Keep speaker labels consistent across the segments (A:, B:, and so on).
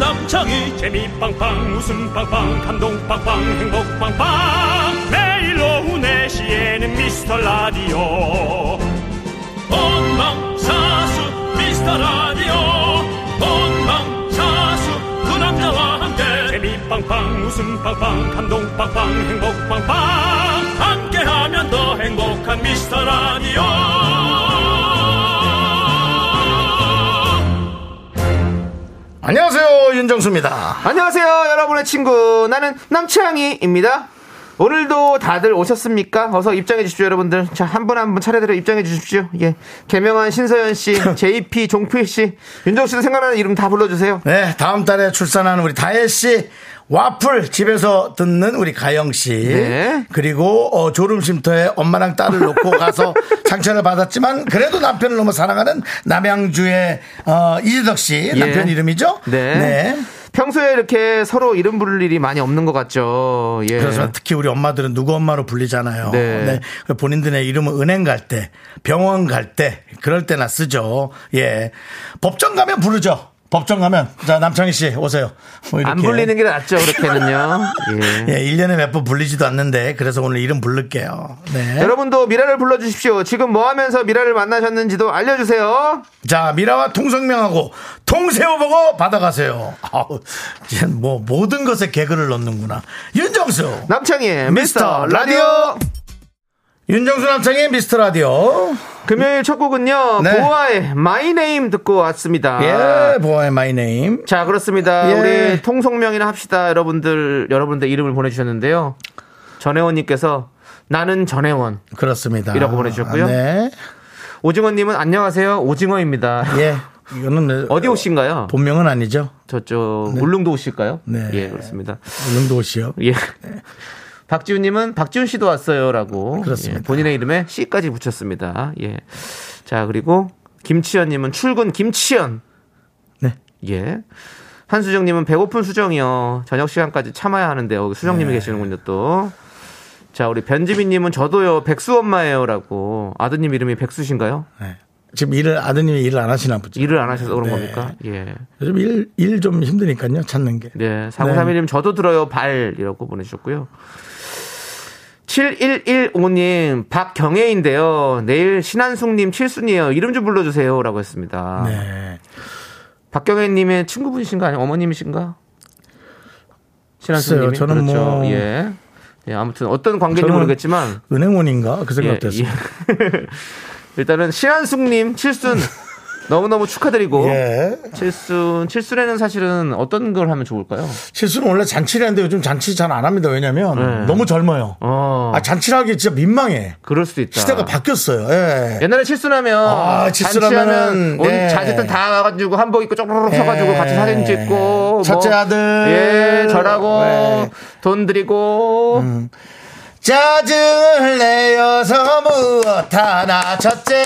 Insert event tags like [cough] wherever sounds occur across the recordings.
A: 빵빵이 재미 빵빵 웃음 빵빵 감동 빵빵 행복 빵빵 매일 오후 4시에는 미스터 라디오 본방사수 미스터 라디오 본방사수 그 남자와 함께 재미 빵빵 웃음 빵빵 감동 빵빵 행복 빵빵 함께하면 더 행복한 미스터 라디오
B: 안녕하세요 윤정수입니다.
C: 안녕하세요, 여러분의 친구. 나는 남창희입니다. 오늘도 다들 오셨습니까? 어서 입장해 주십시오, 여러분들. 자, 한 분 한 분 차례대로 입장해 주십시오. 예. 개명한
B: [laughs]
C: 신서연 씨, JP, 종필 씨, 윤정 씨도 생각나는 이름 다 불러주세요.
B: 네 다음 달에 출산하는 우리 다혜 씨. 와플 집에서 듣는 우리 가영 씨
C: 네.
B: 그리고 어, 졸음쉼터에 엄마랑 딸을
C: [laughs]
B: 놓고 가서 상처를 받았지만 그래도 남편을 너무 사랑하는 남양주의 어, 이재덕 씨 남편 이름이죠?
C: 예. 네.
B: 네.
C: 평소에 이렇게 서로 이름 부를 일이 많이 없는 것 같죠. 예.
B: 그래서 특히 우리 엄마들은 누구 엄마로 불리잖아요.
C: 네.
B: 네. 본인들의 이름은 은행 갈 때, 병원 갈 때, 그럴 때나 쓰죠. 예. 법정 가면 부르죠. 법정 가면. 자, 남창희 씨 오세요. 뭐
C: 안
B: 이렇게.
C: 불리는 게
B: [laughs]
C: 낫죠, 그렇게는요. 예.
B: 예, 1년에 몇 번 불리지도 않는데 그래서 오늘 이름 부를게요. 네.
C: 여러분도 미라를 불러주십시오. 지금 뭐 하면서 미라를 만나셨는지도 알려주세요.
B: 자, 미라와 통성명하고 통새우 보고 받아가세요. 아우, 이젠 뭐 모든 것에 개그를 넣는구나. 윤정수.
C: 남창희의 미스터 라디오.
B: 윤정수 남창의 미스터 라디오.
C: 금요일 첫 곡은요
B: 네.
C: 보아의 My Name 듣고 왔습니다.
B: 예, 보아의 마이 네임.
C: 자 그렇습니다.
B: 예.
C: 우리 통성명이나 합시다 여러분들 여러분들 이름을 보내주셨는데요. 전혜원님께서 나는 전혜원
B: 그렇습니다.
C: 이라고 보내주셨고요.
B: 네.
C: 오징어님은 안녕하세요 오징어입니다.
B: 예. 이거는
C: [laughs] 어디 오신가요?
B: 본명은 아니죠.
C: 저쪽 울릉도 오실까요?
B: 네.
C: 예 그렇습니다.
B: 울릉도 씨요.
C: 예. [laughs] 박지훈님은 박지훈 씨도 왔어요라고
B: 그렇습니다.
C: 예, 본인의 이름에 씨까지 붙였습니다. 예. 자 그리고 김치현님은 출근 김치현.
B: 네.
C: 예. 한수정님은 배고픈 수정이요. 저녁 시간까지 참아야 하는데요. 수정님이
B: 네.
C: 계시는군요 또. 자 우리 변지민님은 저도요. 백수 엄마예요라고 아드님 이름이 백수신가요?
B: 네. 지금 일을 아드님이 일을 안 하시나 보죠.
C: 일을 안 하셔서
B: 네.
C: 그런 겁니까? 예.
B: 요즘 일, 일 좀 힘드니까요, 찾는 게.
C: 네, 4931님 저도 들어요 발이라고 보내주셨고요. 7115님 박경혜인데요. 내일 신한숙님 칠순이에요. 이름 좀 불러주세요. 라고 했습니다.
B: 네.
C: 박경혜님의 친구분이신가 아니면 어머님이신가? 신한숙님이
B: 글쎄요, 저는
C: 그렇죠.
B: 뭐-
C: 예. 예, 아무튼 어떤 관계인지
B: 저는-
C: 모르겠지만
B: 은행원인가? 그 생각도
C: 예, [laughs]
B: 했어요.
C: 예. 일단은 신한숙님
B: [laughs]
C: 칠순 너무너무 축하드리고
B: 예.
C: 칠순 칠순에는 사실은 어떤 걸 하면 좋을까요?
B: 실수는 원래 잔치를 하는데 요즘 잔치 잘 안 합니다. 왜냐면
C: 네.
B: 너무 젊어요.
C: 어.
B: 아, 잔치를 하기 진짜 민망해.
C: 그럴 수도 있다.
B: 시대가 바뀌었어요. 예.
C: 옛날에 실수하면
B: 아,
C: 잔치하면
B: 실수라면은,
C: 온
B: 예.
C: 자식들 다 와가지고 한복 입고 쪼르륵 서가지고
B: 예.
C: 같이 사진 찍고 뭐
B: 첫째 아들.
C: 예 절하고
B: 예.
C: 돈 드리고
B: 음. 짜증을 내어서 무엇 하나 첫째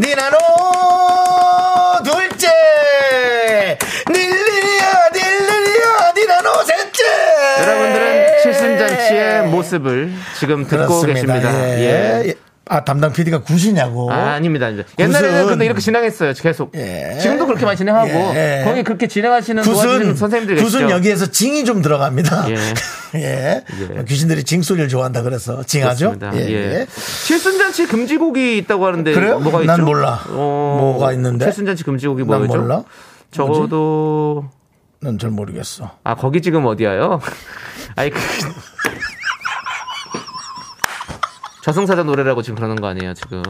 B: 니나노 둘째 닐리야 닐리야 니나노 셋째 예.
C: 여러분들은 칠순잔치의 모습을 지금 듣고
B: 그렇습니다.
C: 계십니다.
B: 예.
C: 예.
B: 예. 아 담당 PD가 구시냐고
C: 아, 닙니다 옛날에는
B: 굿은.
C: 근데 이렇게 진행했어요. 계속.
B: 예.
C: 지금도 그렇게 많이 진행하고
B: 예.
C: 거기 그렇게 진행하시는 도와주시는
B: 굿은
C: 선생님들 계시죠.
B: 굿은 여기에서 징이 좀 들어갑니다.
C: 예.
B: [laughs] 예.
C: 예.
B: 귀신들이 징 소리를 좋아한다 그래서 징하죠.
C: 그렇습니다. 예. 칠순잔치 금지곡이 있다고 하는데
B: 그래요?
C: 뭐가 있죠? 어,
B: 난 몰라. 뭐가 있는데?
C: 칠순잔치 금지곡이
B: 난
C: 뭐죠?
B: 몰라.
C: 적어도
B: 난 잘 모르겠어.
C: 아 거기
B: [laughs]
C: 지금 어디야요? 아이 그 저승사자 노래라고 지금 그러는 거 아니에요 지금?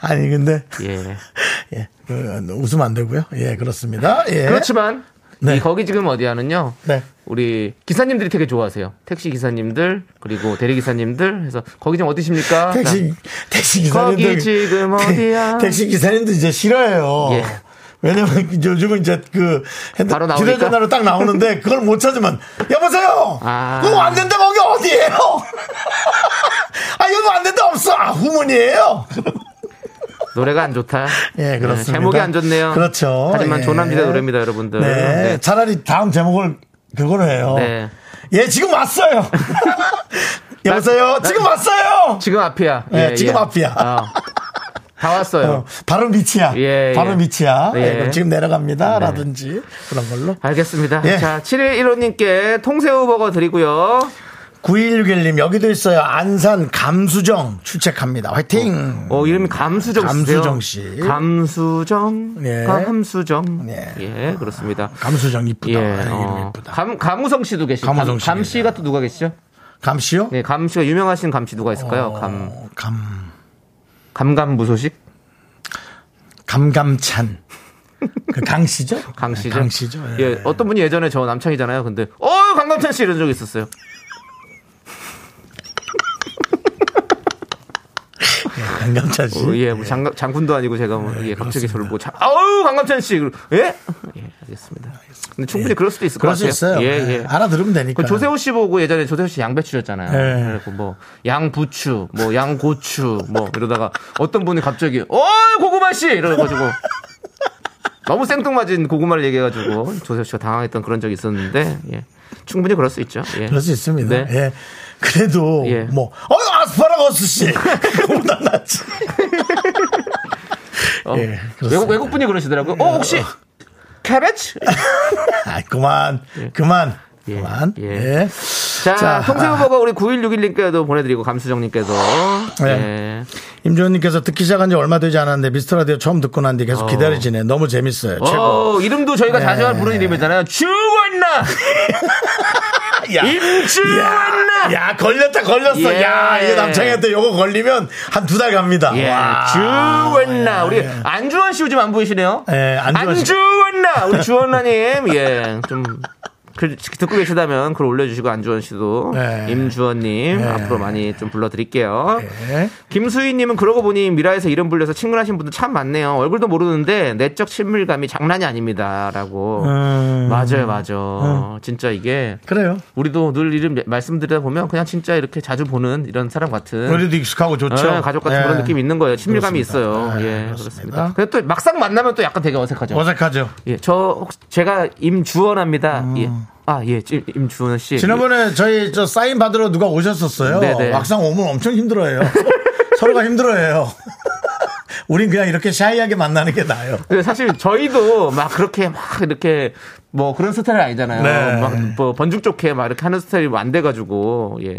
B: 아니 근데
C: 예. 그렇죠.
B: 예. 그, 웃으면 안 되고요. 예, 그렇습니다. 예.
C: 그렇지만
B: 네.
C: 이 거기 지금 어디야는요?
B: 네.
C: 우리 기사님들이 되게 좋아하세요. 택시 기사님들 그리고 대리 기사님들 해서 거기 지금 어디십니까?
B: 택시 택시
C: 네. 거기
B: 기사님들 그,
C: 지금
B: [laughs]
C: 어디야?
B: 택시 기사님들 이제 싫어해요.
C: 예.
B: 왜냐면 요즘은 이제 그 핸드-
C: 바로 나오니까?
B: 휴대전화로 딱 나오는데 그걸 못 찾으면 여보세요.
C: 아.
B: 그거 안 된다 거기 어디예요? [laughs] 아 여기 안 된다 없어. 아 후문이에요.
C: 노래가 안 좋다.
B: [laughs] 예, 그렇습니다.
C: 네, 제목이 안 좋네요.
B: 그렇죠.
C: 하지만
B: 예.
C: 조남지대 노래입니다, 여러분들.
B: 네.
C: 네.
B: 차라리 다음 제목을 그거로 해요.
C: 네.
B: 예, 지금
C: [laughs]
B: 왔어요. 여보세요.
C: 나-
B: 지금 왔어요.
C: 지금 앞이야.
B: 예, 지금 앞이야.
C: 어. 다 왔어요.
B: 네, 어, 바로 밑이야.
C: 예,
B: 바로
C: 예.
B: 밑이야.
C: 예. 네.
B: 이거 지금 내려갑니다. 라든지 그런 걸로.
C: 알겠습니다.
B: 예.
C: 자, 711호님께 통새우 버거 드리고요.
B: 9161님 여기도 있어요. 안산 감수정 출첵합니다. 화이팅.
C: 어, 이름이 감수정
B: 음.
C: 씨.
B: 감수정 씨.
C: 감수정.
B: 예.
C: 감수정.
B: 예.
C: 예. 그렇습니다.
B: 감수정 이쁘다.
C: 예.
B: 이름
C: 어,
B: 이쁘다.
C: 감, 감우성 씨도 계시고.
B: 감우성
C: 감,
B: 씨
C: 감 씨가 또 누가 계시죠?
B: 감씨요?
C: 네, 감 씨가 유명하신 감씨 누가 있을까요? 감,
B: 어, 감
C: 감감무소식?
B: 감감찬. 그 강씨죠?
C: [laughs] 강씨죠?
B: 네, 강씨죠. 예.
C: 예. 어떤 분이 예전에 저 남창이잖아요. 근데, 어, 강감찬 씨 이런 적이 있었어요.
B: 강감찬 씨.
C: 어, 예, 뭐 장, 장군도 아니고 제가 뭐,
B: 네,
C: 예, 갑자기 저를 뭐, 자, 아우, 강감찬 씨! 그리고, 예? 예, 알겠습니다. 근데 충분히 그럴 수도 있을 것
B: 예. 그럴
C: 같아요.
B: 수 있어요.
C: 예, 예.
B: 알아들으면 되니까.
C: 그 조세호 씨 보고 예전에 조세호 씨 양배추였잖아요.
B: 예.
C: 그리고 뭐 양부추, 뭐 양고추, 뭐 이러다가 어떤 분이 갑자기 어 고구마 씨
B: [laughs]
C: 이래가지고 너무 생뚱맞은 고구마를 얘기해가지고 조세호 씨가 당황했던 그런 적이 있었는데 예. 충분히 그럴 수 있죠. 예.
B: 그럴 수 있습니다.
C: 네.
B: 예. 그래도
C: 예.
B: 뭐 어, 아스파라거스
C: [laughs]
B: 씨. [laughs] 그거보다 낫지.
C: 어,
B: 예, 그렇습니다.
C: 외국 외국 분이 그러시더라고요. 어 혹시 캐베츠?
B: 아, 그만. 그만. 그만.
C: 예.
B: 예.
C: 자,
B: 자.
C: 통새우버거 우리 9161님께도 보내드리고 감수정님께도
B: 네.
C: 예.
B: 임종원님께서 듣기 시작한 지 얼마 되지 않았는데 미스터 라디오 처음 듣고 난 뒤 계속 기다려지네. 너무 재밌어요. 최고.
C: 어, 이름도 저희가 자주
B: 예.
C: 부르는 이름이잖아요. 죽었나?
B: 야. 야,
C: 임주원나!
B: 야, 걸렸다, 걸렸어.
C: 예.
B: 야, 이거 남창희한테 요거 걸리면 한 두 달 갑니다.
C: 예,
B: 와.
C: 주원나. 우리
B: 예.
C: 안주원 씨 요즘 안 보이시네요?
B: 예, 안주원 씨.
C: 안주원나! 우리 주원나님, 예, 좀. 글 듣고 계시다면 글 올려주시고 안주원 씨도
B: 예.
C: 임주원님
B: 예.
C: 앞으로 많이 좀 불러드릴게요.
B: 예.
C: 김수희님은 그러고 보니 미라에서 이름 불려서 친근하신 분들 참 많네요. 얼굴도 모르는데 내적 친밀감이 장난이 아닙니다라고.
B: 음.
C: 맞아요, 맞아. 진짜 이게
B: 그래요.
C: 우리도 늘 이름 말씀드리다 보면 그냥 진짜 이렇게 자주 보는 이런 사람 같은
B: 우리도 익숙하고 좋죠.
C: 예, 가족 같은
B: 예.
C: 그런 느낌이 있는 거예요. 친밀감이
B: 그렇습니다. 예,
C: 있어요. 예,
B: 그렇습니다.
C: 그렇습니다. 근데 또 막상 만나면 또 약간 되게 어색하죠.
B: 어색하죠.
C: 예, 저 혹시 제가 임주원합니다. 예. 아, 예, 지- 임주원 씨.
B: 음. 지난번에 저희 저 사인 받으러 누가 오셨었어요.
C: 네네.
B: 막상 오면 엄청 힘들어해요. [laughs] 서로가 힘들어해요. [laughs] 우린 그냥 이렇게 샤이하게 만나는 게 나아요.
C: 근데 예. 그 사실 저희도 막 그렇게 막 이렇게 뭐 그런 스타일은 아니잖아요.
B: 네.
C: 막뭐 번죽 좋게 막 이렇게 하는 스타일이 안 돼가지고 예.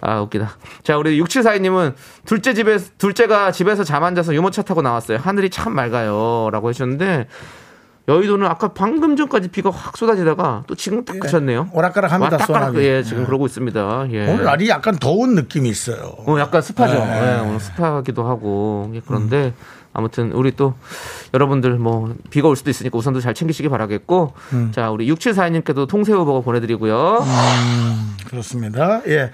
C: 아 웃기다. 자 우리 6742님은 둘째 집에 둘째가 집에서 잠 안 자서 유모차 타고 나왔어요. 하늘이 참 맑아요라고 해주셨는데 여의도는 아까 방금 전까지 비가 확 쏟아지다가 또 지금 딱 그쳤네요.
B: 오락가락합니다,
C: 와, 딱 가락-
B: 소나기.
C: 예 지금 그러고 있습니다. 예.
B: 오늘 날이 약간 더운 느낌이 있어요.
C: 어, 약간 습하죠. 예, 오늘 습하기도 하고. 예, 그런데 아무튼 우리 또 여러분들 뭐 비가 올 수도 있으니까 우선도 잘 챙기시기 바라겠고. 자, 우리 6742님께도 통새우 버거 보내드리고요.
B: 그렇습니다. 예.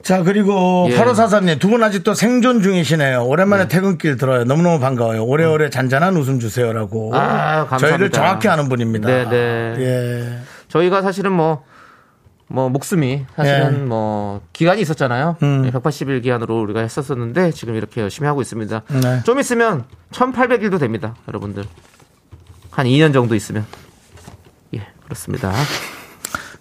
B: 자, 그리고
C: 예.
B: 8543님, 두 분 아직도 생존 중이시네요. 오랜만에 퇴근길 들어요. 너무너무 반가워요. 오래오래 잔잔한 웃음 주세요라고.
C: 아, 감사합니다.
B: 저희를 정확히 아는 분입니다.
C: 네네.
B: 예.
C: 저희가 사실은 뭐, 뭐, 목숨이 사실은
B: 예.
C: 뭐, 기간이 있었잖아요. 180일 기한으로 우리가 했었었는데 지금 이렇게 열심히 하고 있습니다.
B: 네.
C: 좀 있으면 1800일도 됩니다. 여러분들. 한 2년 정도 있으면. 예, 그렇습니다.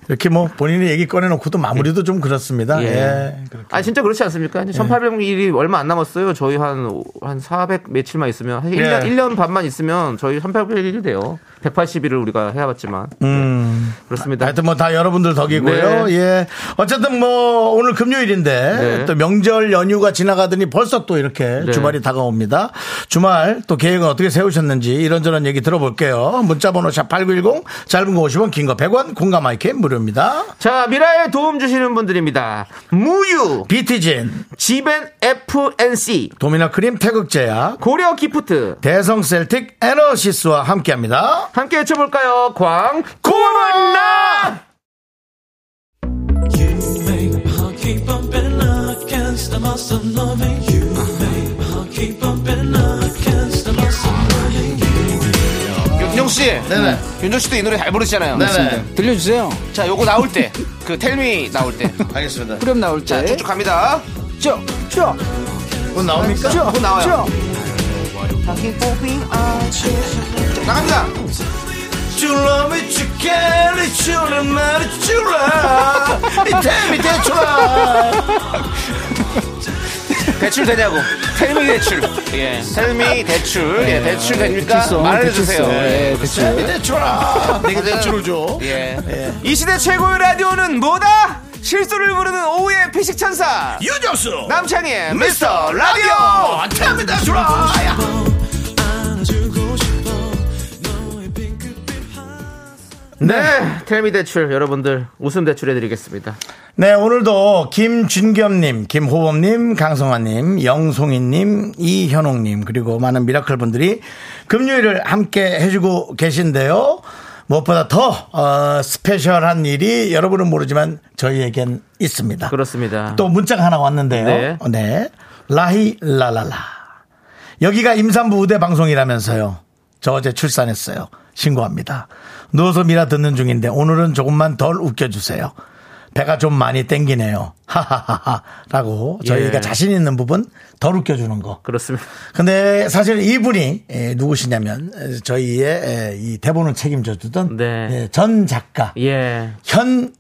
B: 이렇게 뭐 본인의 얘기 꺼내놓고도 마무리도 좀 그렇습니다. 예.
C: 예.
B: 그렇게. 예.
C: 아 진짜 그렇지 않습니까? 1800일이 얼마 안 남았어요. 저희 한400 며칠만 있으면 한 1년,
B: 예.
C: 1년 반만 있으면 저희 1800일이 돼요. 180일을 우리가 해봤지만 네,
B: 음.
C: 그렇습니다.
B: 하여튼 뭐 다 여러분들 덕이고요.
C: 네.
B: 예. 어쨌든 뭐 오늘 금요일인데
C: 네.
B: 또 명절 연휴가 지나가더니 벌써 또 이렇게
C: 네.
B: 주말이 다가옵니다. 주말 또 계획은 어떻게 세우셨는지 이런저런 얘기 들어볼게요. 문자번호 샵8910 짧은 거 50원 긴 거 100원 공감 아이캔 무료입니다.
C: 자 미라에 도움 주시는 분들입니다. 무유,
B: 비티진
C: 지벤 FNC,
B: 도미나 크림 태극제약
C: 고려 기프트
B: 대성 셀틱 에너시스와 함께합니다.
C: 함께 외쳐볼까요? 광 고원나
D: You make my heart keep bumping. I can't stop myself loving you. make my heart keep bumping. I can't stop myself loving you.
C: 윤종 씨, 네네. 윤종 씨도 이 노래 잘 부르시잖아요.
B: 네네.
E: 들려주세요.
C: 자 요거 나올 때 그 텔미 나올 때
B: 알겠습니다.
E: 그럼 나올 때.
C: 쭉쭉 갑니다.
E: 쭉, 쭉,
B: 곧 나옵니까?
C: 곧 나와요. 나갑니다.
B: 줄라 미치게리 줄라 마리 줄라 이태미 대출라
C: 대출 되냐고. 텔미 대출. [laughs] 예. 텔미 대출. 예. 대출
B: 아,
C: 됩니까? 말해주세요. 예.
B: 대출. 대출아. 내가
C: 그거는-
B: 대출을 줘.
C: 예. 이 시대 최고의 라디오는 뭐다? 실수를 부르는 오후의 피식천사.
B: 유정수.
C: 남창희의 미스터 라디오!
B: 텔미 대출아. 야.
D: 안아주고 싶어 너의 핑크빛 하
C: 네. 텔미 대출. 여러분들 웃음 대출해드리겠습니다.
B: 네, 오늘도 김준겸님, 김호범님, 강성환님, 영송이님, 이현옥님, 그리고 많은 미라클 분들이 금요일을 함께 해주고 계신데요. 무엇보다 더, 어, 스페셜한 일이 여러분은 모르지만 저희에겐
C: 그렇죠.
B: 있습니다.
C: 그렇습니다.
B: 아. 또 문자가 하나 왔는데요.
C: 네.
B: 네. 라히 라라라. 여기가 임산부 우대 방송이라면서요. 저 어제 출산했어요. 신고합니다. 누워서 미라 듣는 중인데 오늘은 조금만 덜 웃겨주세요. 배가 좀 많이 땡기네요. 하하하하. 라고 저희가
C: 예.
B: 자신 있는 부분 덜 웃겨주는 거.
C: 그렇습니다.
B: 근데 사실 이분이 에, 누구시냐면 에, 저희의 에, 이 대본을 책임져 주던
C: 네.
B: 예, 전 작가
C: 예.
B: 현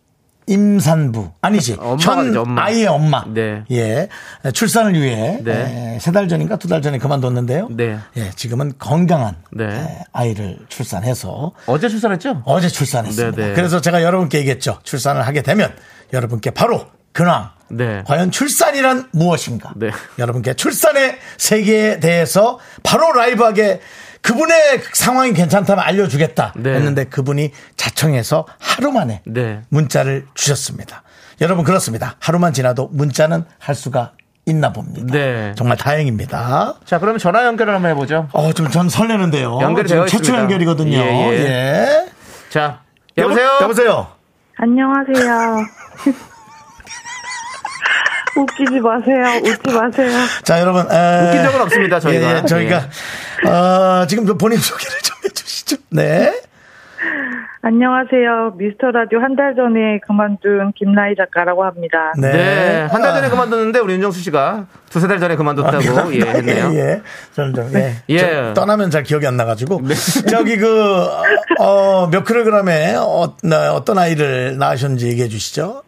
B: 임산부 아니지
C: 엄마가
B: 현
C: 되죠, 엄마.
B: 아이의 엄마
C: 네.
B: 예 출산을 위해 예,
C: 네.
B: 세 달 전인가 두 달 전에 그만뒀는데요
C: 네.
B: 예 지금은 건강한
C: 네.
B: 예, 아이를 출산해서
C: 어제 출산했죠?
B: 어제 출산했습니다
C: 네, 네.
B: 그래서 제가 여러분께 얘기했죠 출산을 하게 되면 여러분께 바로 근황
C: 네.
B: 과연 출산이란 무엇인가
C: 네.
B: 여러분께 출산의 세계에 대해서 바로 라이브하게 그분의 상황이 괜찮다면 알려주겠다
C: 네.
B: 했는데 그분이 자청해서 하루 만에
C: 네.
B: 문자를 주셨습니다. 여러분 그렇습니다. 하루만 지나도 문자는 할 수가 있나 봅니다.
C: 네.
B: 정말 다행입니다.
C: 자, 그러면 전화 연결을 한번 해보죠.
B: 어, 좀 전 설레는데요.
C: 연결이
B: 지금
C: 되어
B: 최초
C: 있습니다.
B: 연결이거든요.
C: 예, 예.
B: 예.
C: 자, 여보세요?
B: 여보, 세요
E: 안녕하세요. [laughs] 웃기지 마세요. 웃지 마세요.
B: 자, 여러분. 에,
C: 웃긴 적은 없습니다, 저희가.
B: 예, 예, 저희가 어, 지금 좀 본인 소개를 좀 해주시죠. 네.
E: 안녕하세요. 미스터 라디오 한 달 전에 그만둔 김라희 작가라고 합니다.
B: 네.
C: 네. 한 달 전에
B: 아,
C: 그만뒀는데 우리 윤정수 씨가 두세 달 전에
B: 아,
C: 그만뒀다고 예, 했네요.
B: 예, 예. 점점, 예.
C: 예. 네.
B: 저 떠나면 잘 기억이 안 나가지고. 저기 그, 어, 몇 킬로그램에 어, 나, 어떤 아이를 낳으셨는지 얘기해 주시죠.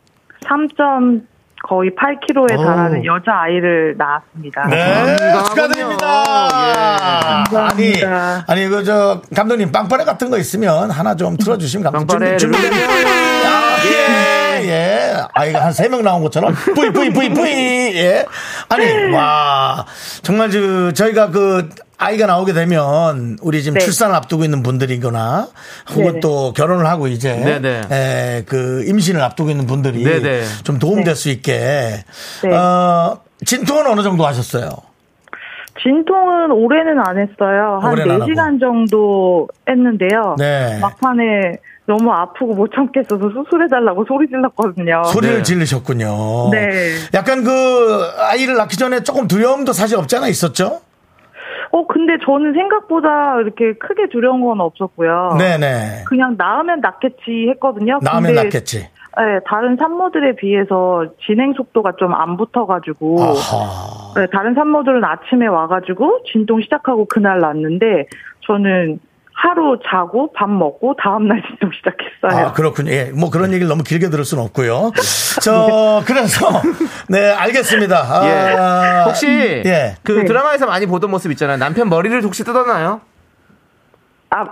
E: 3점 거의 8kg에
C: 오.
E: 달하는 여자 아이를 낳았습니다.
B: 네.
C: 감사하군요. 예.
B: 축하드립니다. 아니,
E: 감사합니다.
B: 아니, 그, 저, 감독님, 빵빠레 같은 거 있으면 하나 좀 틀어주시면 감독님.
C: 빵빠레를
B: 준비, 준비. 아, 예, 예. 아이가 한 세 명 나온 것처럼. 뿌이, 뿌이, 뿌이, 뿌이. 예. 아니, 와. 정말 저, 저희가 그, 아이가 나오게 되면 우리 지금
E: 네.
B: 출산을 앞두고 있는 분들이거나 혹은
E: 네네.
B: 또 결혼을 하고 이제
C: 네네.
B: 에, 그 임신을 앞두고 있는 분들이
C: 네네.
B: 좀 도움될 수 있게
E: 네.
B: 어, 진통은 어느 정도 하셨어요?
E: 진통은 올해는 안 했어요. 한
B: 올해는 안 하고.
E: 4시간 정도 했는데요.
B: 네.
E: 막판에 너무 아프고 못 참겠어서 수술해달라고 소리 질렀거든요.
B: 소리를 어.
C: 네.
B: 질르셨군요.
E: 어. 네.
B: 약간 그 아이를 낳기 전에 조금 두려움도 사실 없지 않아 있었죠?
E: 어, 근데 저는 생각보다 이렇게 크게 두려운 건 없었고요.
B: 네네.
E: 그냥 낳으면 낫겠지 했거든요.
B: 낳으면
E: 근데,
B: 낳겠지.
E: 네, 다른 산모들에 비해서 진행 속도가 좀 안 붙어가지고,
B: 아하.
E: 네, 다른 산모들은 아침에 와가지고 진통 시작하고 그날 낳는데, 저는 하루 자고 밥 먹고 다음날 [laughs] 진통 시작했어요.
B: 아, 그렇군요. 예, 뭐 그런 얘기를 너무 길게 들을 수는 없고요. 저, 그래서, 네, 알겠습니다.
C: 예.
B: 아,
C: 혹시
B: 예.
C: 그
E: 네.
C: 드라마에서 많이 보던 모습 있잖아요. 남편 머리를 혹시 뜯었나요?
E: 아,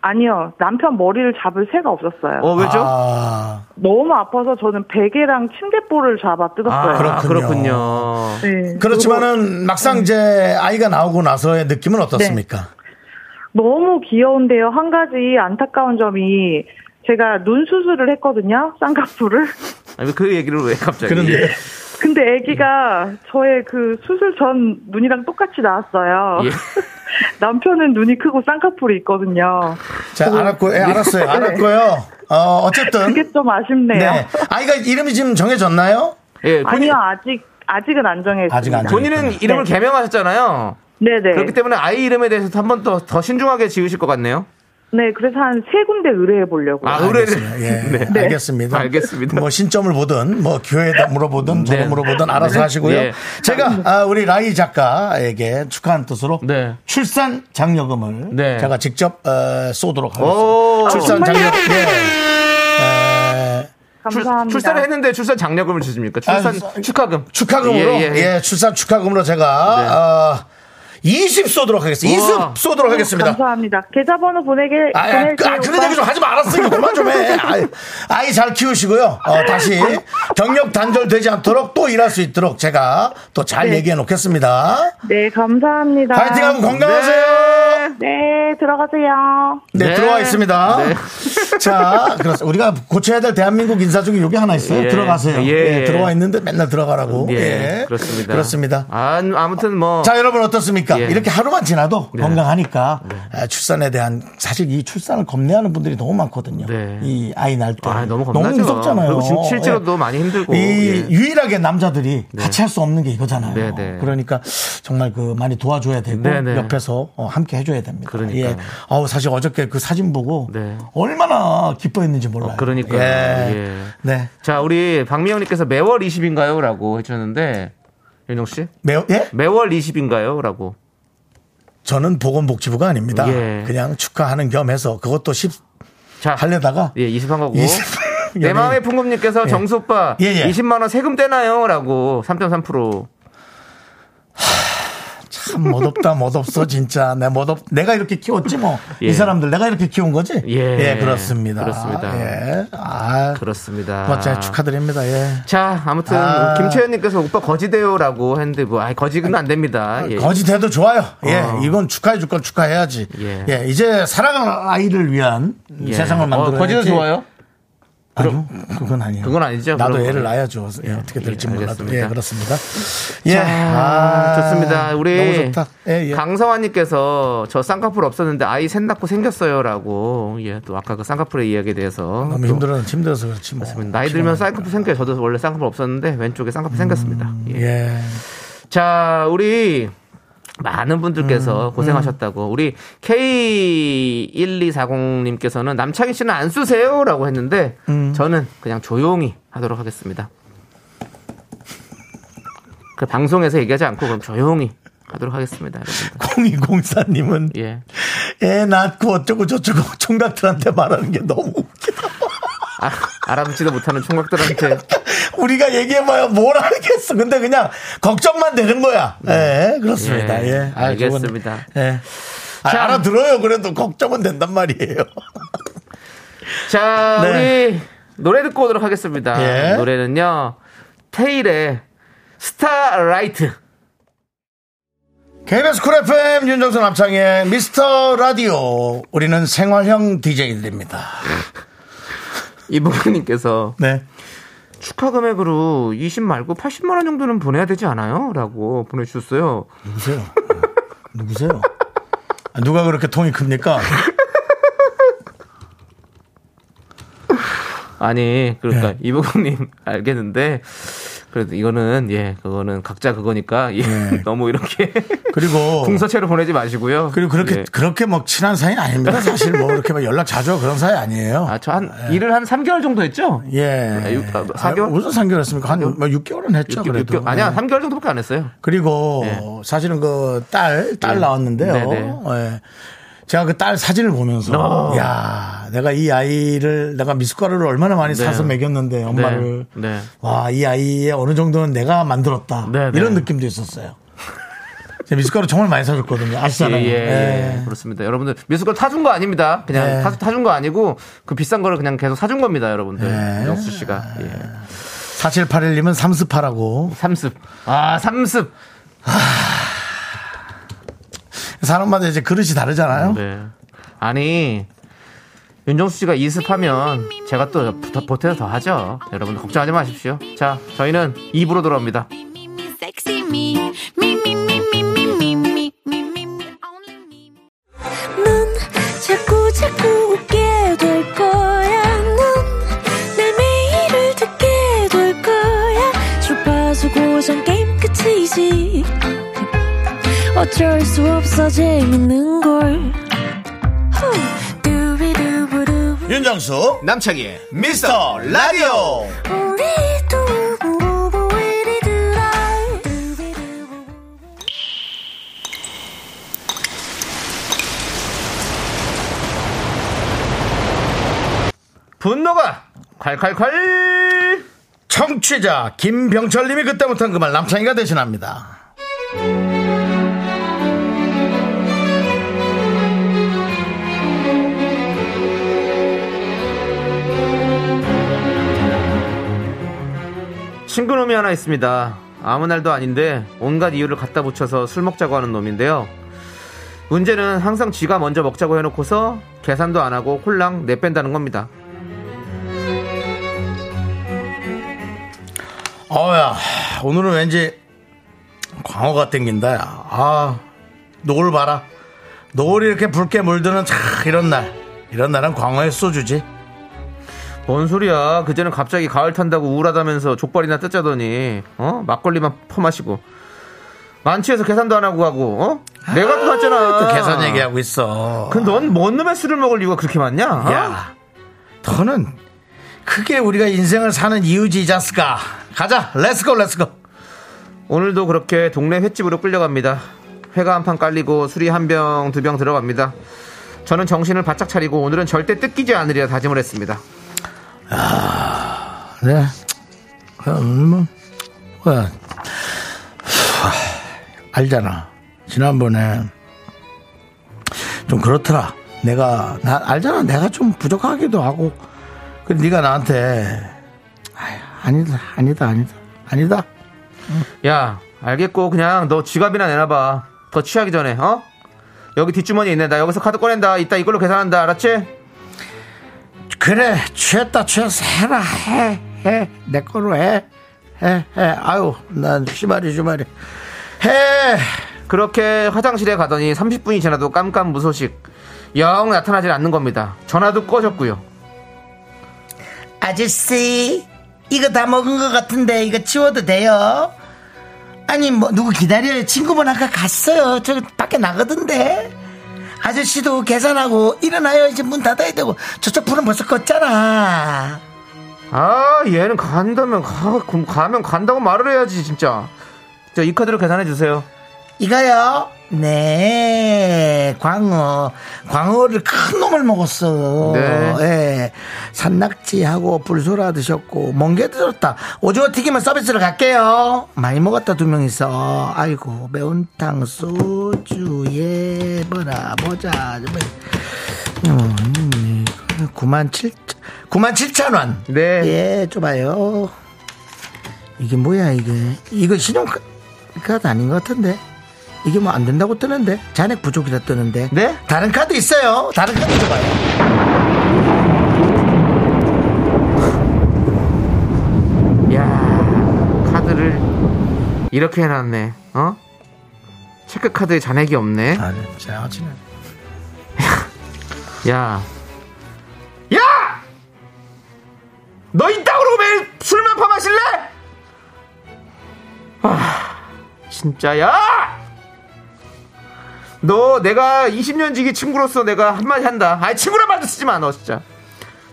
E: 아니요. 남편 머리를 잡을 새가 없었어요.
C: 어 왜죠?
B: 아,
E: 너무 아파서 저는 베개랑 침대볼을 잡아 뜯었어요.
B: 그렇군요.
C: 그렇군요.
E: 네.
B: 그렇지만은 막상 이제 아이가 나오고 나서의 느낌은 어떻습니까?
E: 너무 귀여운데요. 한 가지 안타까운 점이 제가 눈 수술을 했거든요. 쌍꺼풀을. [laughs]
C: 아니, 그 얘기를 왜 갑자기? 예,
B: 그런데 예.
E: 근데 아기가 저의 그 수술 전 눈이랑 똑같이 나왔어요.
C: 예.
E: [laughs] 남편은 눈이 크고 쌍꺼풀이 있거든요.
B: 자, 알았고, 예, 알았어요. 알았고요. 어, 어쨌든.
E: 그게 좀 아쉽네요.
B: 네. 아이가 이름이 지금 정해졌나요?
C: 예, 본인,
E: 아니요, 아직 아직은 안 정해졌어요.
B: 아직 안 정해.
C: 본인은 이름을 개명하셨잖아요.
E: 네네.
C: 그렇기 때문에 아이 이름에 대해서 한 번 더 더 신중하게 지으실 것 같네요.
E: 네, 그래서 한 세 군데 의뢰해 보려고.
C: 아,
E: 요
B: 알겠습니다.
C: 의뢰를.
B: [laughs] 예,
E: 네.
B: 알겠습니다.
C: 알겠습니다.
B: 뭐 신점을 보든 뭐 교회에다 물어보든 누구
C: 네.
B: 물어보든 알아서
C: 네.
B: 하시고요.
C: 네.
B: 제가 아, 우리 라이 작가에게 축하한 뜻으로
C: 네.
B: 출산 장려금을
C: 네.
B: 제가 직접 어, 쏘도록 하겠습니다.
C: 오,
B: 출산 장려금. 예. 에,
E: 감사합니다.
C: 출, 산을 했는데 출산 장려금을 주십니까? 출산
B: 아,
C: 축하금.
B: 축하금으로
C: 예,
B: 예,
C: 예, 예.
B: 출산 축하금으로 제가 어, 20 쏘도록 하겠습니다.
C: 우와.
B: 20 쏘도록 하겠습니다.
E: 감사합니다. 계좌번호 보내게
B: 아, 아, 그,
E: 보낼게요.
B: 아, 그런
E: 오빠.
B: 얘기 좀 하지 말았으니까 그만 좀 해. 아이, 아이 잘 키우시고요. 어, 다시 경력 단절되지 않도록 또 일할 수 있도록 제가 또 잘
E: 네.
B: 얘기해 놓겠습니다.
E: 네, 감사합니다.
B: 파이팅하고 건강하세요.
E: 네, 들어가세요.
B: 네,
C: 네.
B: 들어와 있습니다. 자, 그래서 우리가 고쳐야 될 대한민국 인사 중에 여기 하나 있어요.
C: 예.
B: 들어가세요.
C: 예,
B: 예,
C: 예.
B: 들어와 있는데 맨날 들어가라고.
C: 예,
B: 예.
C: 그렇습니다.
B: 그렇습니다.
C: 아, 아무튼 뭐.
B: 자, 여러분 어떻습니까?
C: 예. 네.
B: 이렇게 하루만 지나도 건강하니까 아, 출산에 대한 사실 이 출산을 겁내하는 분들이 너무 많거든요.
C: 네.
B: 이 아이 날 때.
C: 아, 너무 겁나죠.
B: 무섭잖아요.
C: 그리고 지금 실제로도
B: 예.
C: 많이 힘들고.
B: 이
C: 예.
B: 유일하게 남자들이 같이 할 수 없는 게 이거잖아요.
C: 네, 네.
B: 그러니까 정말 그 많이 도와줘야 되고
C: 네, 네.
B: 옆에서 어, 함께 해줘야 됩니다.
C: 그러니까요.
B: 예. 아우 사실 어저께 그 사진 보고
C: 네.
B: 얼마나 기뻐했는지 몰라요.
C: 어, 그러니까요. 예.
B: 네.
C: 자, 우리 박미영님께서 매월 20인가요? 라고 해주셨는데, 윤정씨?
B: 매우 예?
C: 매월 20인가요? 라고.
B: 저는 보건복지부가 아닙니다.
C: 예.
B: 그냥 축하하는 겸해서 그것도 10
C: 자,
B: 하려다가
C: 예, 20한 거고.
B: 20
C: 내
B: 연예인.
C: 마음의 풍금님께서 정수오빠
B: 예, 예.
C: 20만원 세금 떼나요? 라고 3.3%
B: 참 멋없다 멋없어 진짜 내 멋없 내가 이렇게 키웠지 뭐 이
C: 예.
B: 사람들 내가 이렇게 키운 거지
C: 예.
B: 그렇습니다
C: 그렇습니다.
B: 예아
C: 그렇습니다.
B: 멋져 축하드립니다 예
C: 자, 아무튼
B: 아.
C: 김채연님께서 오빠 거지대요라고 했는데 뭐, 아이 거지는 안 됩니다. 예.
B: 거짓 해도 좋아요 예
C: 어.
B: 이건 축하해 줄 건 축하해야지
C: 예.
B: 예. 이제 살아가는 아이를 위한
C: 예.
B: 세상을 만들어
C: 어, 거지도 좋아요?
B: 아니요 그건 아니에요
C: 그건 아니죠.
B: 나도
C: 그럼.
B: 애를 낳아야죠 예, 어떻게 될지
C: 예,
B: 몰라도
C: 알겠습니다.
B: 예 그렇습니다 예
C: 아, 좋습니다.
B: 너무
C: 우리
B: 좋다 예, 예.
C: 강성환님께서 저 쌍꺼풀 없었는데 아이 셋 낳고 생겼어요라고 예 또 아까 그 쌍꺼풀의 이야기에 대해서
B: 너무
C: 또
B: 힘들어 힘들어서 그렇지 뭐
C: 그렇습니다. 나이 들면 쌍꺼풀 생겨요. 저도 원래 쌍꺼풀 없었는데 왼쪽에 쌍꺼풀 생겼습니다. 예.
B: 예
C: 자, 우리 많은 분들께서 고생하셨다고 우리 K1240님께서는 남창희 씨는 안 쓰세요라고 했는데 저는 그냥 조용히 하도록 하겠습니다. 그 방송에서 얘기하지 않고 그럼 조용히 하도록 하겠습니다. 여러분들.
B: 0204님은
C: 예.
B: 애 낳고 어쩌고 저쩌고 총각들한테 말하는 게 너무 웃기다. [laughs]
C: 아, 알아듣지도 못하는 총각들한테
B: 우리가 얘기해봐야 뭘 알겠어. 근데 그냥 걱정만 되는 거야. 예, 그렇습니다.
C: 예,
B: 예. 아, 저건,
C: 알겠습니다.
B: 예. 아,
C: 자.
B: 알아들어요. 그래도 걱정은 된단 [laughs] 말이에요.
C: 자,
B: 네.
C: 우리 노래 듣고 오도록 하겠습니다.
B: 예.
C: 노래는요. 테일의 스타라이트.
B: KBS 쿨 FM 윤정수 남창의 미스터 라디오. 우리는 생활형 DJ들입니다.
C: 이분님께서
B: 네.
C: 축하 금액으로 20 말고 80만 원 정도는 보내야 되지 않아요? 라고 보내주셨어요.
B: 누구세요? 누구세요? 아, 누가 그렇게 통이 큽니까?
C: 아니, 그러니까
B: 예.
C: 이보경님 [laughs] 알겠는데 그래도 이거는 예, 그거는 각자 그거니까 예,
B: 예.
C: [laughs] 너무 이렇게
B: [laughs] 그리고
C: 궁서체로 보내지 마시고요.
B: 그리고 그렇게
C: 예.
B: 그렇게 막 친한 사이 는 아닙니다. 사실 뭐 이렇게 막 연락 자주 하고 그런 사이 아니에요.
C: 아, 저
B: 네.
C: 한 일을 한 3개월 정도 했죠? 아,
B: 예.
C: 육- 아, 사개월?
B: 아, 무슨 3개월 했습니까? 한 뭐 6개월은 했죠.
C: 육- 육-
B: 그래도.
C: 육- 아니야,
B: 예.
C: 3개월 정도밖에 안 했어요.
B: 그리고 사실은 그 딸, 딸
C: 예.
B: 나왔는데요.
C: 네네. 어.
B: 예. 제가 그 딸 사진을 보면서 야 내가 이 아이를 내가 미숫가루를 얼마나 많이 사서 먹였는데 엄마를
C: 네.
B: 와 이 아이의 어느 정도는 내가 만들었다
C: 네, 네.
B: 이런 느낌도 있었어요. 제가 미숫가루 정말 많이 사줬거든요.
C: 예,
B: 아시잖아요.
C: 예, 예.
B: 예.
C: 그렇습니다. 여러분들 미숫가루 타준 거 아닙니다. 그냥
B: 예.
C: 타, 타준 거 아니고 그 비싼 거를 그냥 계속 사준 겁니다, 여러분들.
B: 예.
C: 영수 씨가. 예.
B: 4781님은 삼습하라고.
C: 삼습. 아, 삼습.
B: 사람마다 이제 그릇이 다르잖아요.
C: 네. 아니 윤정수 씨가 이습하면 제가 또 더- 보태서 더 하죠. 여러분 걱정하지 마십시오. 자, 저희는 2부로 돌아옵니다.
F: Sexy me, me, me, me, me, me, me, me, me, me, me, only me.
G: 넌 자꾸 자꾸 웃게 될 거야. 넌내 매일을 듣게 될 거야. 주파수 고정 게임 끝이지. 어쩔 수 없어 재밌는 걸. 후. 두비두부두.
B: 윤정수 남창희 미스터 라디오
G: 우리 두부부부 우리 두라. 두비두부부.
C: 분노가 콸콸콸
B: 청취자 김병철님이 그때 못한 그 말 남창이가 대신합니다.
C: 친구 놈이 하나 있습니다. 아무 날도 아닌데 온갖 이유를 갖다 붙여서 술 먹자고 하는 놈인데요. 문제는 항상 지가 먼저 먹자고 해놓고서 계산도 안 하고 홀랑 내뺀다는 겁니다.
B: 어야 오늘은 왠지 광어가 땡긴다. 야. 아 노을 봐라. 노을이 이렇게 붉게 물드는 참 이런 날 이런 날은 광어의 소주지.
C: 뭔 소리야? 그제는 갑자기 가을 탄다고 우울하다면서 족발이나 뜯자더니 어 막걸리만 퍼마시고 만취해서 계산도 안 하고 가고 어 내가 또
B: 또
C: 갔잖아.
B: 계산 얘기하고 있어.
C: 그넌뭔 놈의 술을 먹을 이유가 그렇게 많냐? 어?
B: 야, 너는 그게 우리가 인생을 사는 이유지지 않습니까? 가자, 렛츠고, 렛츠고.
C: 오늘도 그렇게 동네 횟집으로 끌려갑니다. 회가 한 판 깔리고 술이 한 병, 두 병 들어갑니다. 저는 정신을 바짝 차리고 오늘은 절대 뜯기지 않으리라 다짐을 했습니다.
B: 네. 그럼 뭐, 뭐야. 알잖아. 지난번에 좀 그렇더라. 내가 나 알잖아. 내가 좀 부족하기도 하고. 그 네가 나한테 아이, 아니다, 아니다, 아니다, 아니다.
C: 야, 알겠고 그냥 너 지갑이나 내놔봐. 더 취하기 전에, 어? 여기 뒷주머니 있네. 나 여기서 카드 꺼낸다. 이따 이걸로 계산한다. 알았지?
B: 그래 취했다 취했어 해라 해 해 내 거로 해 해 해 아유 난 시발이 시발이 해
C: 그렇게 화장실에 가더니 30분이 지나도 깜깜 무소식. 영 나타나질 않는 겁니다. 전화도 꺼졌고요.
B: 아저씨 이거 다 먹은 것 같은데 이거 치워도 돼요? 아니 뭐 누구 기다려요 친구분 아까 갔어요 저 밖에 나가던데 아저씨도 계산하고 일어나요 이제 문 닫아야 되고 저쪽 불은 벌써 껐잖아
C: 아 얘는 간다면 가, 그럼 가면 간다고 말을 해야지 진짜 저 이 카드로 계산해 주세요
B: 이거요? 네, 광어. 광어를 큰 놈을 먹었어.
C: 네.
B: 예. 산낙지하고 불소라 드셨고, 멍게 드셨다. 오징어 튀기면 서비스로 갈게요. 많이 먹었다, 두 명이서. 아이고, 매운탕, 소주, 예, 뭐라, 보자. 뭐. 음, 9만 7천, 9만 7천 원.
C: 네.
B: 예, 좁아요. 이게 뭐야, 이게. 이거 신용카드 아닌 것 같은데. 이게 뭐 안 된다고 뜨는데. 잔액 부족이라 뜨는데.
C: 네?
B: 다른 카드 있어요. 다른 카드 줘봐요.
C: 야 카드를 이렇게 해놨네 어? 체크카드에 잔액이 없네
B: 아, 네. 제가 지금.
C: 야 야! 너 이따구로 매일 술만 파마실래? 아 진짜 야너 내가 20년 지기 친구로서 내가 한마디 한다 아이 친구란 말도 쓰지 마 너 진짜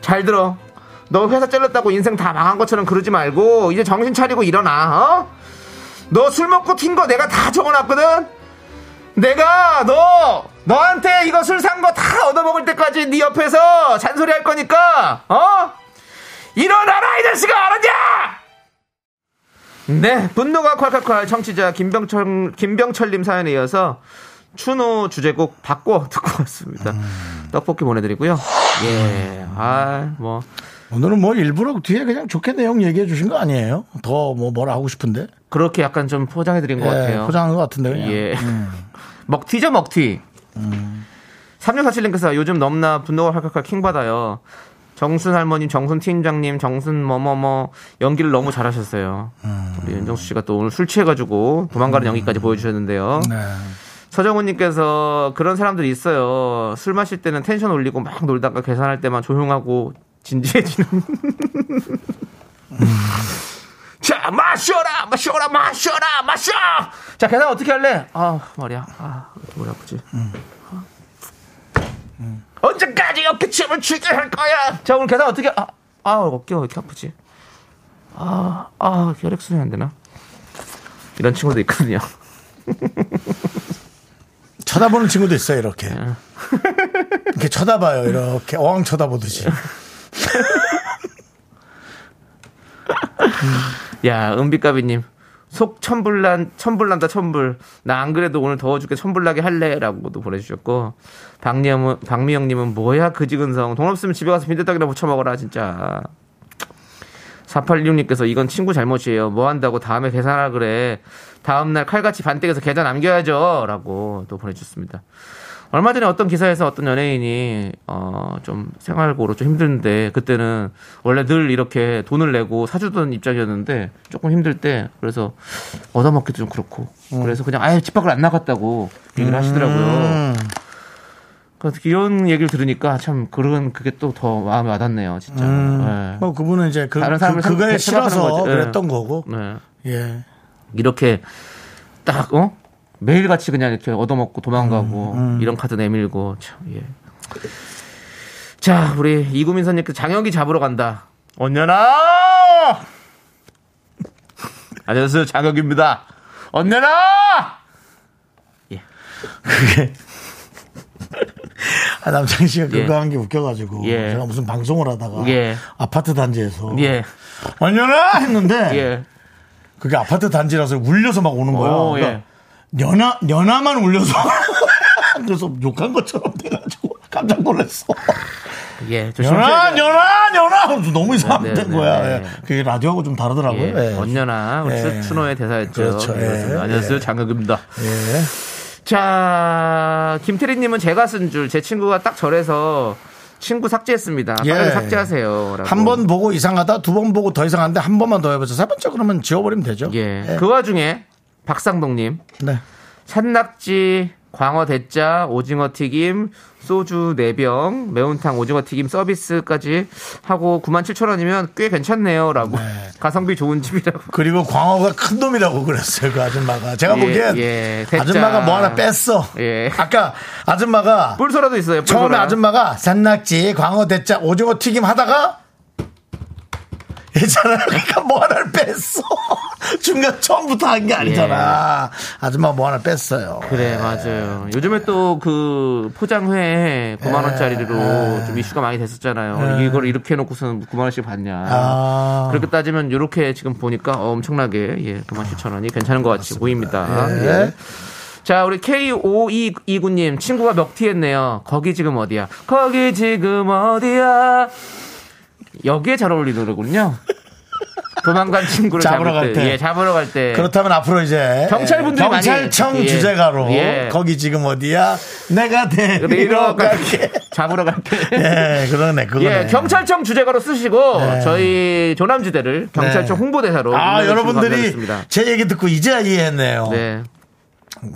C: 잘 들어. 너 회사 잘렸다고 인생 다 망한 것처럼 그러지 말고 이제 정신 차리고 일어나. 어? 너 술 먹고 튄 거 내가 다 적어놨거든. 내가 너 너한테 이거 술 산 거 다 얻어먹을 때까지 네 옆에서 잔소리 할 거니까 어? 일어나라 이 자식아 알았냐? 네 분노가 콸콸콸 청취자 김병철 김병철님 사연에 이어서 추노 주제곡 바꿔 듣고 왔습니다. 떡볶이 보내드리고요. 예, 아뭐
B: 오늘은 뭐 일부러 뒤에 그냥 좋게 내용 얘기해 주신 거 아니에요? 더 뭐 뭐라 하고 싶은데.
C: 그렇게 약간 좀 포장해드린
B: 예,
C: 것 같아요.
B: 포장한 것 같은데, 그냥. 음,
C: 예. 먹튀죠, 먹튀. 3647님께서 요즘 넘나 분노가 칼칼칼 킹받아요. 정순 할머님, 정순 팀장님, 정순 뭐뭐뭐 연기를 너무 잘하셨어요. 우리 윤정수 씨가 또 오늘 술 취해가지고 도망가는 연기까지 보여주셨는데요.
B: 네.
C: 서정훈님께서 그런 사람들이 있어요. 술 마실 때는 텐션 올리고 막 놀다가 계산할 때만 조용하고 진지해지는. [laughs] 자 마셔라 마셔라 마셔라 마셔. 자 계산 어떻게 할래? 아 머리야. 아 머리 아프지. 언제까지 이렇게 춤을 추게 할 거야? 자 오늘 계산 어떻게? 아, 아 어깨가 왜 이렇게 아프지? 아아 혈액순환 이안 되나? 이런 친구도 있거든요.
B: 쳐다보는 친구도 있어요,
C: 예.
B: 이렇게. 이렇게 쳐다봐요,
C: 어.
B: 이렇게. 어항 쳐다보듯이.
C: 야, 은비까비님. 속 천불난, 천불난다, 천불. 나 안 그래도 오늘 더워 죽게 천불나게 할래. 라고도 보내주셨고. 박미영은, 박미영님은 뭐야, 그지근성. 돈 없으면 집에 가서 빈대떡이나 부쳐먹어라, 진짜. 486님께서 이건 친구 잘못이에요. 뭐 한다고 다음에 계산하라 그래. 다음날 칼같이 반댁에서 계좌 남겨야죠. 라고 또 보내주셨습니다. 얼마 전에 어떤 기사에서 어떤 연예인이 어 좀 생활고로 좀 힘든데 그때는 원래 늘 이렇게 돈을 내고 사주던 입장이었는데 조금 힘들 때 그래서 얻어먹기도 좀 그렇고 그래서 그냥 아예 집 밖을 안 나갔다고 얘기를 하시더라고요.
B: 음,
C: 그래서 이런 얘기를 들으니까 참 그런 그게 또 더 마음에 와닿네요, 진짜. 네.
B: 뭐 그분은 이제 그,
C: 다른
B: 그
C: 사람을
B: 그거에
C: 생각- 생각하는
B: 싫어서
C: 거지. 예.
B: 그랬던 거고.
C: 네.
B: 예.
C: 이렇게 딱 어? 매일같이 그냥 이렇게 얻어먹고 도망가고
B: 음,
C: 이런 카드 내밀고 참 예. 자, 우리 이구민 선님께 장혁이 잡으러 간다. 언년아! 안녕하세요. 장혁입니다. 언년아!
B: 그게 아, 남창 씨가 그거
C: 예.
B: 한 게 웃겨가지고
C: 예.
B: 제가 무슨 방송을 하다가
C: 예.
B: 아파트 단지에서
C: 예.
B: 언연아 했는데
C: [laughs] 예.
B: 그게 아파트 단지라서 울려서 막 오는 거야.
C: 오,
B: 그러니까
C: 예.
B: 연하 연하만 울려서 [laughs] 그래서 욕한 것처럼 돼가지고 깜짝 놀랐어.
C: 예.
B: 연하 연하 연하 하면서 너무 이상한
C: 네, 네,
B: 된 거야.
C: 네.
B: 예. 그게 라디오하고 좀 다르더라고요.
C: 예.
B: 예.
C: 언년아. 우리
B: 예.
C: 추노의 대사였죠.
B: 그렇죠. 예.
C: 그렇습니다. 안녕하세요.
B: 예.
C: 장혁입니다.
B: 예.
C: 자, 김태리님은 제가 쓴 줄 제 친구가 딱 절해서 친구 삭제했습니다.
B: 예.
C: 빨리 삭제하세요.
B: 한 번 보고 이상하다, 두 번 보고 더 이상한데 한 번만 더 해보자. 세 번째 그러면 지워버리면 되죠.
C: 예. 그 와중에 박상동님
B: 네.
C: 산낙지 광어 대짜 오징어 튀김 소주 4병 매운탕 오징어 튀김 서비스까지 하고 97,000원이면 꽤 괜찮네요라고
B: 네.
C: 가성비 좋은 집이라고
B: 그리고 광어가 큰 놈이라고 그랬어요 그 아줌마가. 제가
C: 예,
B: 보기엔
C: 예, 됐자.
B: 아줌마가 뭐 하나 뺐어.
C: 예.
B: 아까 아줌마가
C: 뿔소라도 있어요. 뿔소라.
B: 처음에 아줌마가 산낙지, 광어 대짜, 오징어 튀김 하다가 예잖아. 그러니까 뭐 하나를 뺐어. [laughs] 중간 처음부터 한 게 아니잖아. 아줌마 뭐 하나 뺐어요.
C: 예. 그래 맞아요. 요즘에 또 그 포장회 9만 원짜리로
B: 네.
C: 좀 이슈가 많이 됐었잖아요. 이걸 이렇게 해놓고서는 9만 원씩 받냐.
B: 아.
C: 그렇게 따지면 이렇게 지금 보니까 엄청나게 예 9만 7천 원이 괜찮은 것 같이 보입니다.
B: 예.
C: 예. 자 우리 K5229님 친구가 멱티했네요. 거기 지금 어디야? 거기 지금 어디야? 여기에 잘 어울리는 노래군요.
B: [laughs]
C: 도망간 친구를
B: 잡으러 갈
C: 잡을
B: 때.
C: 예, 잡으러 갈 때.
B: 그렇다면 앞으로 이제
C: 경찰분들이 많이-
B: 경찰청
C: 예.
B: 주제가로
C: 예.
B: 거기 지금 어디야? 내가 데리러
C: 데리러
B: 갈게.
C: 잡으러 갈게.
B: [laughs] 예, 그러네, 그거네.
C: 예, 경찰청 주제가로 쓰시고
B: 네.
C: 저희 조남지대를 경찰청
B: 네.
C: 홍보대사로
B: 아,
C: 임명해 주시고
B: 여러분들이
C: 감사하겠습니다.
B: 제 얘기 듣고 이제야 이해했네요.
C: 네.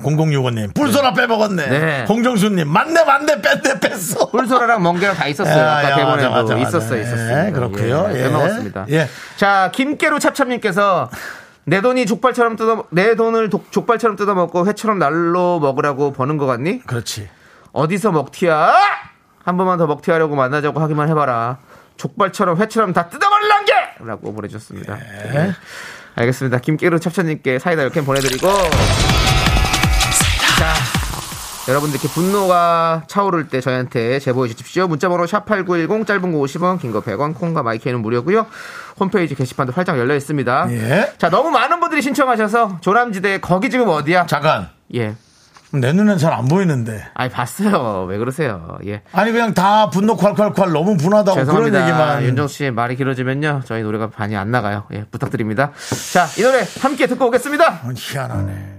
B: 0065님, 뿔소라 빼먹었네.
C: 네.
B: 홍정수님, 맞네, 맞네, 뺐네, 뺐어.
C: 뿔소라랑 멍게랑 다 있었어요.
B: 예,
C: 아까 네,
B: 예, 맞아,
C: 대본에도
B: 맞아, 맞아.
C: 있었어요,
B: 예,
C: 있었어요.
B: 그렇고요. 예.
C: 빼먹었습니다.
B: 예.
C: 자, 김깨로 찹찹님께서 내 돈이 족발처럼 뜯어 내 돈을 독- 족발처럼 뜯어먹고 회처럼 날로 먹으라고 버는 것 같니?
B: 그렇지.
C: 어디서 먹튀야? 한 번만 더 먹튀하려고 만나자고 하기만 해봐라. 족발처럼 회처럼 다 뜯어버리란 게! 라고 보내주셨습니다. 예. 알겠습니다. 김깨루 찹차님께 사이다 이렇게 보내드리고. 자, 여러분들께 분노가 차오를 때 저희한테 제보해 주십시오. 문자번호 샵8910 짧은 거 50원, 긴 거 100원, 콩과 마이크는 무료고요 홈페이지 게시판도 활짝 열려 있습니다.
B: 예.
C: 자, 너무 많은 분들이 신청하셔서 조남지대 거기 지금 어디야?
B: 잠깐.
C: 예.
B: 내 눈엔 잘 안 보이는데.
C: 아이, 봤어요. 왜 그러세요? 예.
B: 아니, 그냥 다 분노 콸콸콸 너무 분하다고 어, 그런
C: 죄송합니다.
B: 얘기만.
C: 윤정수 씨의 말이 길어지면요. 저희 노래가 반이 안 나가요. 예, 부탁드립니다. 자, 이 노래 함께 듣고 오겠습니다.
B: 어, 희한하네.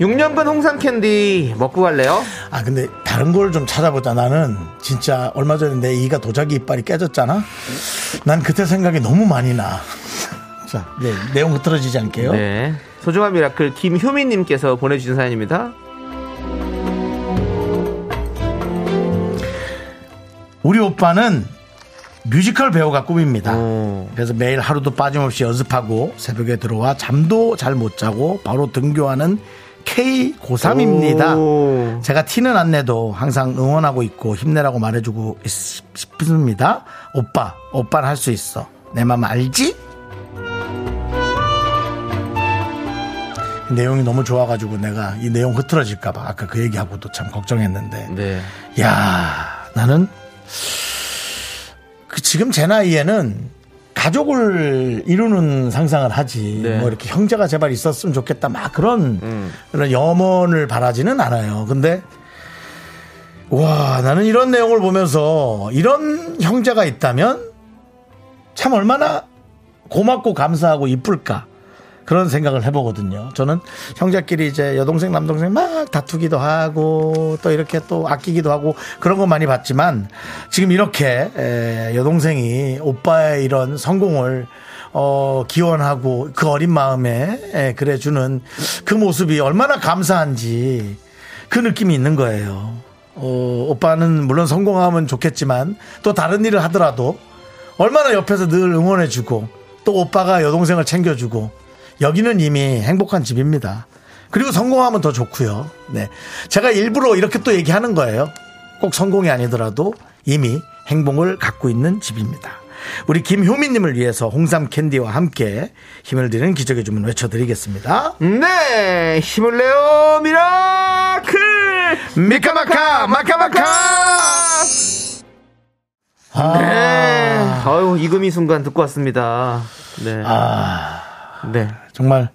C: 육년근 홍삼 캔디 먹고 갈래요?
B: 아 근데 다른 걸 좀 찾아보자 나는 진짜 얼마 전에 내 이가 도자기 이빨이 깨졌잖아 난 그때 생각이 너무 많이 [laughs] 나자 네, 내용 흐트러지지 않게요
C: 네. 소중한 미라클 김효민님께서 보내주신 사연입니다.
B: 우리 오빠는 뮤지컬 배우가 꿈입니다
C: 오.
B: 그래서 매일 하루도 빠짐없이 연습하고 새벽에 들어와 잠도 잘 못 자고 바로 등교하는 K 고3입니다
C: 오.
B: 제가 티는 안 내도 항상 응원하고 있고 힘내라고 말해주고 있- 싶습니다. 오빠, 오빠는 할 수 있어. 내 맘 알지? 내용이 너무 좋아가지고 내가 이 내용 흐트러질까봐 아까 그 얘기하고도 참 걱정했는데
C: 네.
B: 야 나는 그 지금 제 나이에는 가족을 이루는 상상을 하지
C: 네.
B: 뭐 이렇게 형제가 제발 있었으면 좋겠다 막 그런 그런 염원을 바라지는 않아요. 근데 와 나는 이런 내용을 보면서 이런 형제가 있다면 참 얼마나 고맙고 감사하고 이쁠까 그런 생각을 해보거든요. 저는 형제끼리 이제 여동생 남동생 막 다투기도 하고 또 이렇게 또 아끼기도 하고 그런 거 많이 봤지만 지금 이렇게 에, 여동생이 오빠의 이런 성공을 어, 기원하고 그 어린 마음에 에, 그래주는 그 모습이 얼마나 감사한지 그 느낌이 있는 거예요. 어, 오빠는 물론 성공하면 좋겠지만 또 다른 일을 하더라도 얼마나 옆에서 늘 응원해주고 또 오빠가 여동생을 챙겨주고 여기는 이미 행복한 집입니다. 그리고 성공하면 더 좋고요. 네, 제가 일부러 이렇게 또 얘기하는 거예요. 꼭 성공이 아니더라도 이미 행복을 갖고 있는 집입니다. 우리 김효민님을 위해서 홍삼 캔디와 함께 힘을 드리는 기적의 주문 외쳐드리겠습니다.
C: 네, 힘을 내요, 미라클! 미카마카, 마카마카!
B: 아,
C: 네. 아유, 이금이 순간 듣고 왔습니다. 네.
B: 아.
C: 네.
B: 정말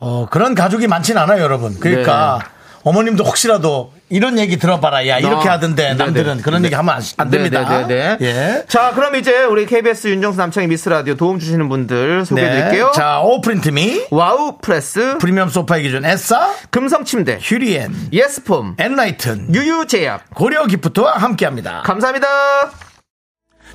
B: 어, 그런 가족이 많진 않아요, 여러분. 그러니까 어머님도 혹시라도 이런 얘기 들어봐라, 야 이렇게
C: 네. 아,
B: 하던데
C: 네네.
B: 남들은 그런 얘기 하면 안, 안 됩니다.
C: 네네네.
B: 예.
C: 자, 그럼 이제 우리 KBS 윤정수 남창희 미스 라디오 도움 주시는 분들 소개해
B: 네.
C: 드릴게요.
B: 자, 오프린트미
C: 와우 프레스,
B: 프리미엄 소파의 기준 에싸
C: 금성 침대,
B: 휴리엔
C: 예스폼,
B: 엔라이튼
C: 유유제약.
B: 고려 기프트와 함께합니다.
C: 감사합니다.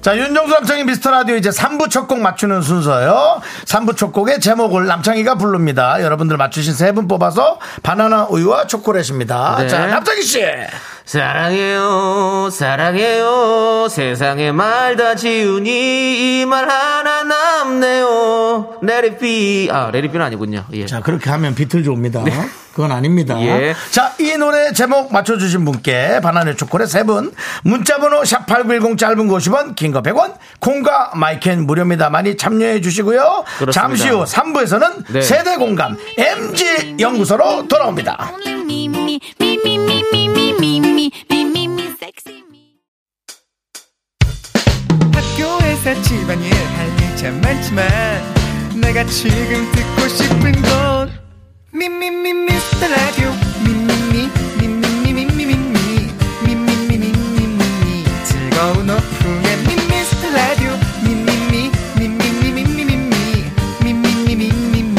B: 자, 윤정수 남창희 미스터 라디오 이제 3부 첫 곡 맞추는 순서요. 3부 첫 곡의 제목을 남창희가 부릅니다. 여러분들 맞추신 세 분 뽑아서 바나나 우유와 초콜릿입니다.
C: 네.
B: 자, 남창희 씨.
C: 사랑해요, 사랑해요. 세상에 말 다 지우니 이 말 하나 남네요. 레리비 아 레리비는 아니군요. 예.
B: 자, 그렇게 하면 비틀즈 옵니다. 그건 아닙니다.
C: 네. 예.
B: 자, 이 노래 제목 맞춰주신 분께 바나나 초콜릿 세 분, 문자번호 샵8910 짧은 거 50원, 긴 거 100원, 콩과 마이켄 무료입니다. 많이 참여해 주시고요.
C: 그렇습니다.
B: 잠시 후 3부에서는
C: 네.
B: 세대 공감 MG 연구소로 돌아옵니다.
F: Only me, me, me, me, me, me, me, me, me, me, me, me, sexy me.
H: 학교에서 집안일 할 일 참 많지만 내가 지금 듣고 싶은 건 미미미 미스터 라디오 미미미 미미미 미미미 미미미 미미미 즐거운 오후에 미스터 라디오 미미미 미미미 미미미 미미미 미미미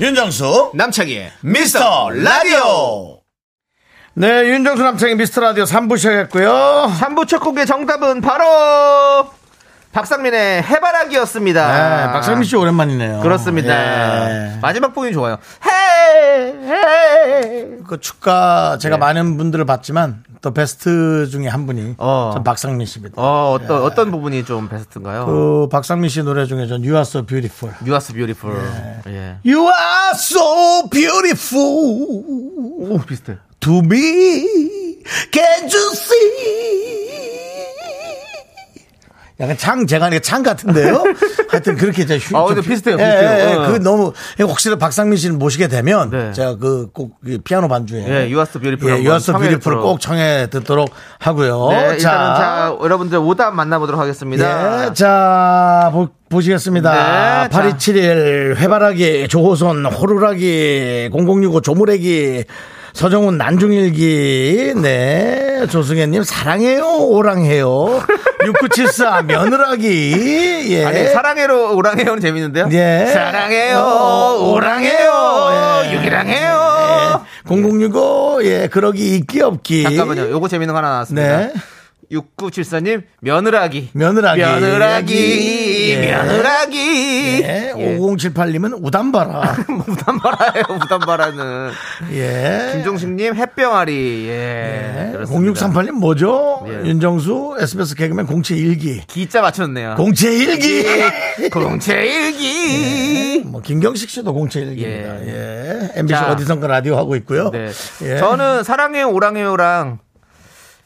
B: 윤정수
C: 남창희의
B: 미스터 라디오 네 윤정수 남창의 미스터 라디오 3부 시작했고요
C: 3부 첫 곡의 정답은 바로 박상민의 해바라기였습니다.
B: 네, 박상민 씨 오랜만이네요
C: 그렇습니다.
B: 예.
C: 마지막 부분이 좋아요. 헤이, 헤이.
B: 그 축가 제가 많은 분들을 봤지만 또 베스트 중에 한 분이
C: 어.
B: 전 박상민 씨입니다
C: 어, 어떤, 어떤 부분이 좀 베스트인가요?
B: 예. 그 박상민 씨 노래 중에 전 You are so beautiful
C: You are so beautiful. 예.
B: You are so beautiful
C: 오, 비슷해.
B: to me Can you see 약간 창 제가 아니라 창
C: [laughs]
B: 같은데요. 하여튼 그렇게 이제 휴.
C: 아,
B: 좀
C: 근데 비슷해요,
B: 예,
C: 비슷해요.
B: 예, 예.
C: 어.
B: 그 너무 혹시나 박상민 씨를 모시게 되면
C: 네.
B: 제가 그꼭 피아노 반주에
C: 예, You Are So Beautiful
B: 예, You
C: 한번
B: Are So
C: 청해
B: Beautiful
C: 듣도록.
B: 꼭 청해 듣도록 하고요.
C: 네, 일단은 자, 여러분들 오답 만나보도록 하겠습니다.
B: 예, 자, 보, 시겠습니다
C: 네,
B: 8271, 회바라기, 조호선, 호루라기, 0065, 조무래기, 서정훈, 난중일기, 네, 조승현님, 사랑해요,
C: [laughs]
B: 오랑해요, 6974, 며느라기, 예.
C: 아니, 사랑해로 오랑해요는 재밌는데요?
B: 예.
C: 사랑해요,
B: 어,
C: 오랑해요,
B: 예.
C: 유기랑해요.
B: 예. 0065, 예, 그러기, 있기, 없기.
C: 잠깐만요, 요거 재밌는 거 하나 나왔습니다.
B: 네.
C: 6974님, 며느라기.
B: 며느라기.
C: 며느라기.
B: 예.
C: 며느라기.
B: 예,
C: 예.
B: 5078님은
C: [laughs]
B: 우담바라.
C: 우담바라예요,
B: [laughs]
C: 우담바라는.
B: 예.
C: 김종식님, 햇병아리. 예.
B: 예.
C: 그렇습니다.
B: 0638님 뭐죠?
C: 예.
B: 윤정수 SBS 개그맨 공채 일기
C: 기자 맞췄네요.
B: 공채 일기
C: 예. 공채일기.
B: 뭐 김경식 씨도 공채 일기입니다 예. MBC
C: 자.
B: 어디선가 라디오 하고 있고요.
C: 네.
B: 예.
C: 저는 사랑해요, 오랑해요랑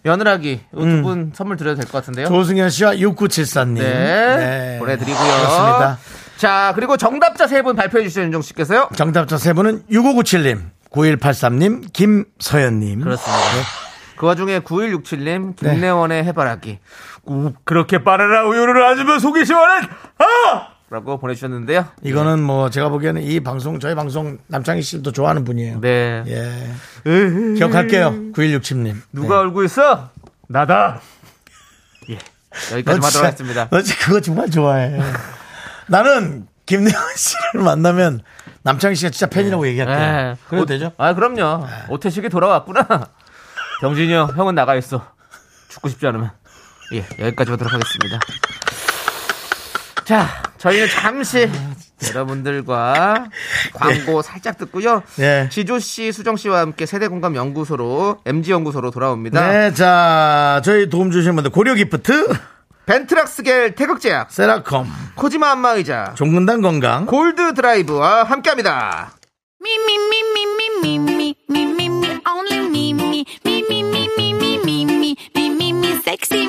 C: 며느라기
B: 음.
C: 두 분 선물 드려도 될 것 같은데요.
B: 조승현 씨와 6974님.
C: 네. 보내드리고요.
B: 그렇습니다.
C: 자, 그리고 정답자 세 분 발표해 주시죠, 윤종 씨께서요.
B: 정답자 세 분은 6597님, 9183님, 김서연님.
C: 그렇습니다. 그 와중에 9167님, 김래원의 해바라기. 우, 네. 그렇게 빠르라 우유를 아주면 속이 시원한, 아! 라고 보내주셨는데요.
B: 이거는 뭐 제가 보기에는 이 방송 저희 방송 남창희 씨도 좋아하는 분이에요.
C: 네.
B: 예. 기억할게요. 9167님.
C: 누가 울고 있어? 네. 나다. 예. 여기까지 하도록 하겠습니다.
B: 너 진짜 그거 정말 좋아해. 나는 김대원 [laughs] 씨를 만나면 남창희 씨가 진짜 팬이라고 얘기할게.
C: 예.
B: 요 그래도 되죠?
C: 아, 그럼요. 오태식이 돌아왔구나. 경진이 형, 형은 나가 있어. 죽고 싶지 않으면. 예, 여기까지 하도록 하겠습니다. 자, 저희는 잠시 여러분들과 광고 살짝 듣고요.
B: 예.
C: 지조 씨, 수정 씨와 함께 세대 공감 연구소로 MG 연구소로 돌아옵니다.
B: 네, 자, 저희 도움 주신 분들 고려 기프트,
C: 벤트락스겔 태극제약,
B: 세라컴,
C: 코지마 안마의자,
B: 종근당 건강,
C: 골드 드라이브와 함께합니다.
F: Me, me, me, me, me, me, me, me, me, me, only me, me, me, me, me, me, me, me, me, me, me, me, sexy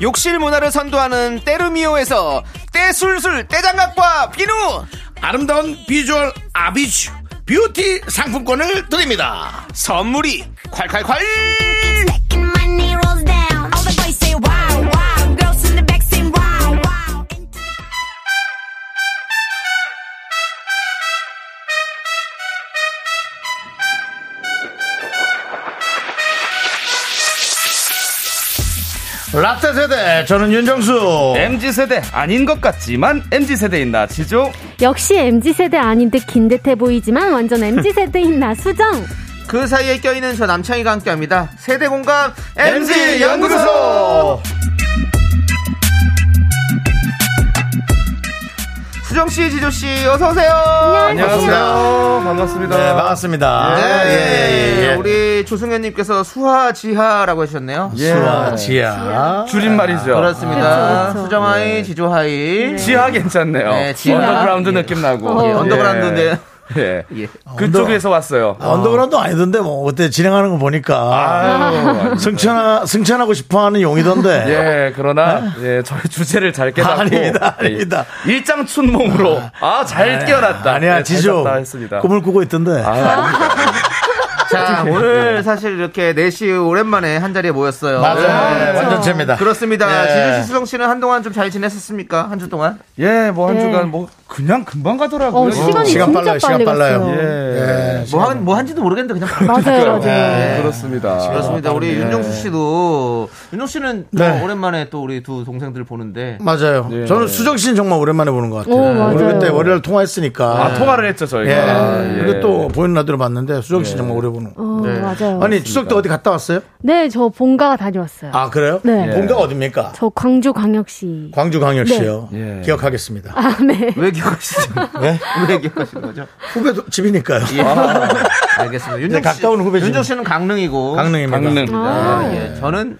C: 욕실 문화를 선도하는 때르미오에서 때술술 때장갑과 비누
B: 아름다운 비주얼 아비쥬 뷰티 상품권을 드립니다
C: 선물이 콸콸콸
F: Second money rolls down. All the boys say wow, wow. Girls in the back say wow, wow.
B: 라떼 세대 저는 윤정수
C: 네, MZ세대 아닌 것 같지만 MZ세대인 나 지조
G: 역시 MZ세대 아닌 듯 긴 듯해 보이지만 완전 MZ세대인 [laughs] 나 수정
C: 그 사이에 껴있는 저 남창희가 함께합니다 세대공감
B: MZ 네, 연구소.
C: MZ연구소 수정씨 지조씨 어서오세요
B: 안녕하세요.
C: 반갑습니다
B: 네 반갑습니다
C: 네,
B: 예, 예, 예.
C: 우리 조승현님께서 수하지하라고 하셨네요.
B: 수아 예, 지아
I: 줄임말이죠.
C: 그렇습니다.
B: 예.
C: 수정하이, 지조하이.
I: 지하 아, 괜찮네요.
C: 네, 지하.
I: 언더그라운드 느낌 나고.
C: 예, 언더그라운드인데.
I: 예.
C: 예.
I: 그쪽에서 왔어요.
B: 아, 언더그라운드 아니던데 뭐 어때 진행하는 거 보니까
I: 아유.
B: 승천하, 승천하고 싶어하는 용이던데
I: 예, 그러나 예, 저희 주제를 잘 깨닫고
B: 아닙니다, 아닙니다. 네.
I: 예, 일장춘몽으로 아 잘 깨어났다.
B: 아니야
I: 예, 잘
B: 지조
I: 잤다 했습니다.
B: 꿈을 꾸고 있던데
I: 아, 아닙니다.
C: 자, 오늘 사실 이렇게 4시 오랜만에 한 자리에 모였어요.
B: 예. 맞아요
C: 네.
B: 완전체입니다
C: 그렇습니다.
B: 예.
C: 지조씨, 수정씨는 한동안 좀 잘 지냈었습니까? 한 주 동안?
I: 예, 뭐 한 주간 뭐 그냥 금방
G: 네.
I: 가더라고요.
G: 어, 시간이 진짜
B: 시간 빨라요,
G: 빨리
B: 시간 빨라요.
G: 갔어요.
I: 예,
C: 뭐, 한, 뭐 한지도 모르겠는데 그냥. 네.
G: 맞아요, 맞아요.
I: 예, 그렇습니다.
C: 그렇습니다. 우리 윤정수 씨도. 윤정수 씨는 또
B: 네.
C: 오랜만에 또 우리 두 동생들 보는데.
B: 맞아요
I: 예.
B: 저는 수정 씨는 정말 오랜만에 보는 것 같아요
G: 오, 맞아요.
B: 우리 그때 월요일 통화했으니까
I: 아 통화를 했죠
B: 예.
I: 저희가. 아, 예.
B: 근데 또 보이는 라디오로 봤는데 수정 씨 정말 오래 보는 거
G: 어, 맞아요.
B: 아니 추석 때 어디 갔다 왔어요?
G: 네, 저 본가 다녀왔어요.
B: 아 그래요?
G: 네.
B: 본가 어딥니까?
G: 저 광주광역시.
B: 광주광역시요
I: 네. 예.
B: 기억하겠습니다
G: 아, 네.
C: 왜 기억하시죠? [laughs]
B: 네?
C: 왜 기억하시는 거죠?
B: 후배도 집이니까요
C: 예. 알겠습니다. 윤정 씨,
B: 가까운 후배죠.
C: 윤정 씨는 강릉이고.
B: 강릉입니다
I: 강릉,
G: 음.
C: 아, 예. 저는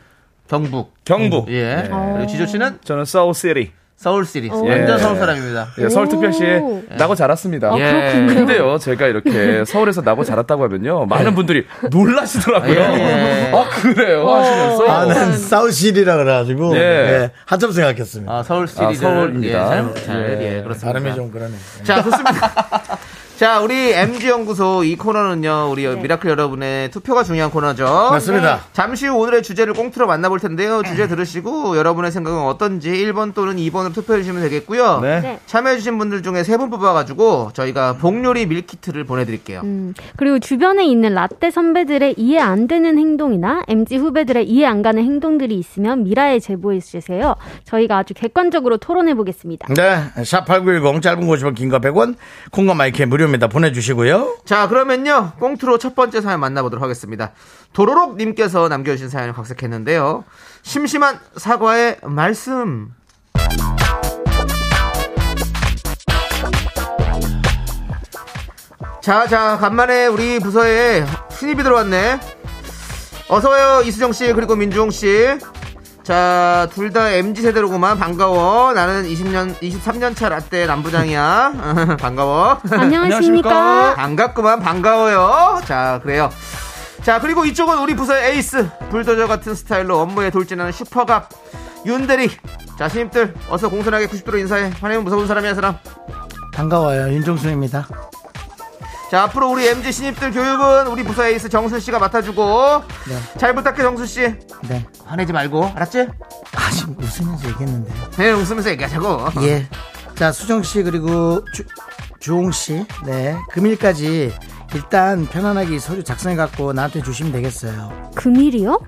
C: 경북.
I: 경북.
C: 예. 그리고 지조 씨는
I: 저는 서울시리.
C: 서울시리.
G: 오.
C: 완전
I: 예.
C: 서울 사람입니다.
I: 예, 서울특별시에 나고 자랐습니다. 예,
G: 아, 그렇군요. 네.
I: 근데요, 제가 이렇게 서울에서 나고 자랐다고 하면요, 많은 분들이 놀라시더라고요.
C: 예.
I: 아, 그래요?
G: 어.
I: 하시면서.
B: 아,
G: 네.
C: 어.
B: 는 사우실이라 그래가지고
I: 예.
B: 예, 한참 생각했습니다
C: 네.
B: 그러니까.
C: 아, 서울시리를.
I: 아, 서울입니다.
C: 예, 잘, 잘, 예, 그렇습니다.
B: 발음이 좀 그러네
C: [laughs] 자, 좋습니다. 자, 우리 MG연구소 이 코너는요, 우리
G: 네.
C: 미라클 여러분의 투표가 중요한 코너죠.
B: 맞습니다. 네.
C: 잠시 후 오늘의 주제를 꽁트로 만나볼 텐데요. 주제 들으시고, 여러분의 생각은 어떤지 1번 또는 2번으로 투표해주시면 되겠고요.
G: 네.
C: 참여해주신 분들 중에 3분 뽑아가지고, 저희가 복요리 밀키트를 보내드릴게요.
G: 음, 그리고 주변에 있는 라떼 선배들의 이해 안 되는 행동이나 MG 후배들의 이해 안 가는 행동들이 있으면 미라에 제보해 주세요. 저희가 아주 객관적으로 토론해 보겠습니다.
B: 네, 샵8910 짧은 50원, 긴거 100원, 콩과 마이크 무료입니다. 보내주시고요.
C: 자, 그러면요. 꽁트로 첫 번째 사연 만나보도록 하겠습니다. 도로록님께서 남겨주신 사연을 각색했는데요. 심심한 사과의 말씀. 자, 자, 간만에 우리 부서에 신입이 들어왔네. 어서와요, 이수정씨, 그리고 민주홍씨. 자, 둘 다 MG 세대로구만. 반가워. 나는 20년, 23년차 라떼 남부장이야. [laughs] 반가워.
G: 안녕하십니까?
C: 반갑구만 반가워요. 자 그래요. 자 그리고 이쪽은 우리 부서의 에이스 불도저 같은 스타일로 업무에 돌진하는 슈퍼갑 윤대리. 자 신입들 어서 공손하게 90도로 인사해. 화내면 무서운 사람이야 사람.
B: 반가워요. 윤종수입니다.
C: 자 앞으로 우리 MG 신입들 교육은 우리 부서 에이스 정순 씨가 맡아주고
I: 네.
C: 잘 부탁해 정순 씨.
B: 네.
C: 화내지 말고 알았지?
B: 아, 지금 웃으면서 얘기했는데요.
C: 네 웃으면서 얘기하자고.
B: 예. 자, 수정씨, 그리고 주, 주홍씨. 네. 금일까지 일단 편안하게 이 서류 작성해갖고 나한테 주시면 되겠어요.
G: 금일이요?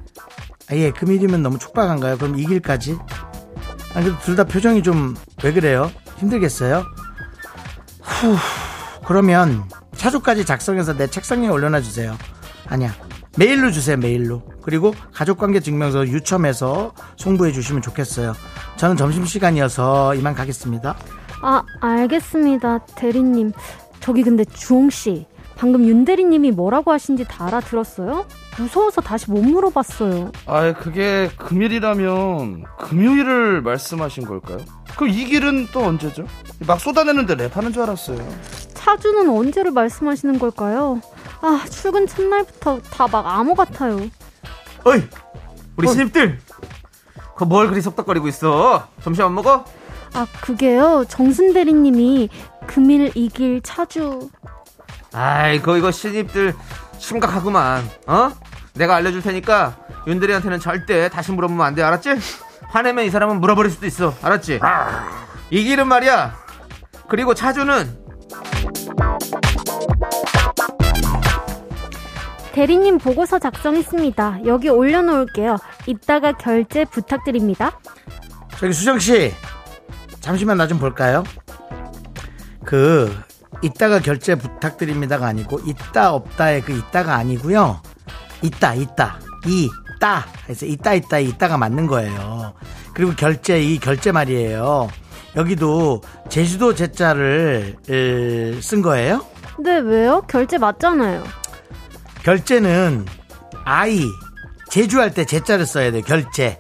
B: 아, 예, 금일이면 너무 촉박한가요? 그럼 이길까지? 아, 그래도 둘 다 표정이 좀 왜 그래요? 힘들겠어요? 후, 그러면 차조까지 작성해서 내 책상 위에 올려놔주세요. 아니야. 메일로 주세요, 메일로. 그리고 가족관계 증명서 유첨해서 송부해 주시면 좋겠어요. 저는 점심시간이어서 이만 가겠습니다.
G: 아, 알겠습니다. 대리님. 저기 근데 주홍씨. 방금 윤 대리님이 뭐라고 하신지 다 알아들었어요? 무서워서 다시 못 물어봤어요.
I: 아, 그게 금일이라면 금요일을 말씀하신 걸까요? 그럼 이 길은 또 언제죠? 막 쏟아내는데 랩하는 줄 알았어요.
G: 차주는 언제를 말씀하시는 걸까요? 아, 출근 첫날부터 다 막 암호 같아요.
C: 어이 우리 신입들. 그 뭘 그리 속닥거리고 있어? 점심 안 먹어?
G: 아, 그게요. 정순 대리님이 금일 이길 차주.
C: 아이, 그 이거 신입들 심각하구만. 어? 내가 알려줄 테니까 윤대리한테는 절대 다시 물어보면 안 돼. 알았지? 화내면 이 사람은 물어버릴 수도 있어. 알았지? 이 길은 말이야. 그리고 차주는
G: 대리님 보고서 작성했습니다. 여기 올려놓을게요. 이따가 결제 부탁드립니다.
B: 저기 수정씨, 잠시만 나 좀 볼까요? 그, 이따가 결제 부탁드립니다가 아니고, 이따 없다의 그 이따가 아니고요. 이따, 이따, 이따. 그래서 이따, 이따, 이따가 맞는 거예요. 그리고 결제, 이 결제 말이에요. 여기도 제주도 제자를 에, 쓴 거예요?
G: 네, 왜요? 결제 맞잖아요.
B: 결제는 아이 제주할 때 제자를 써야 돼 결제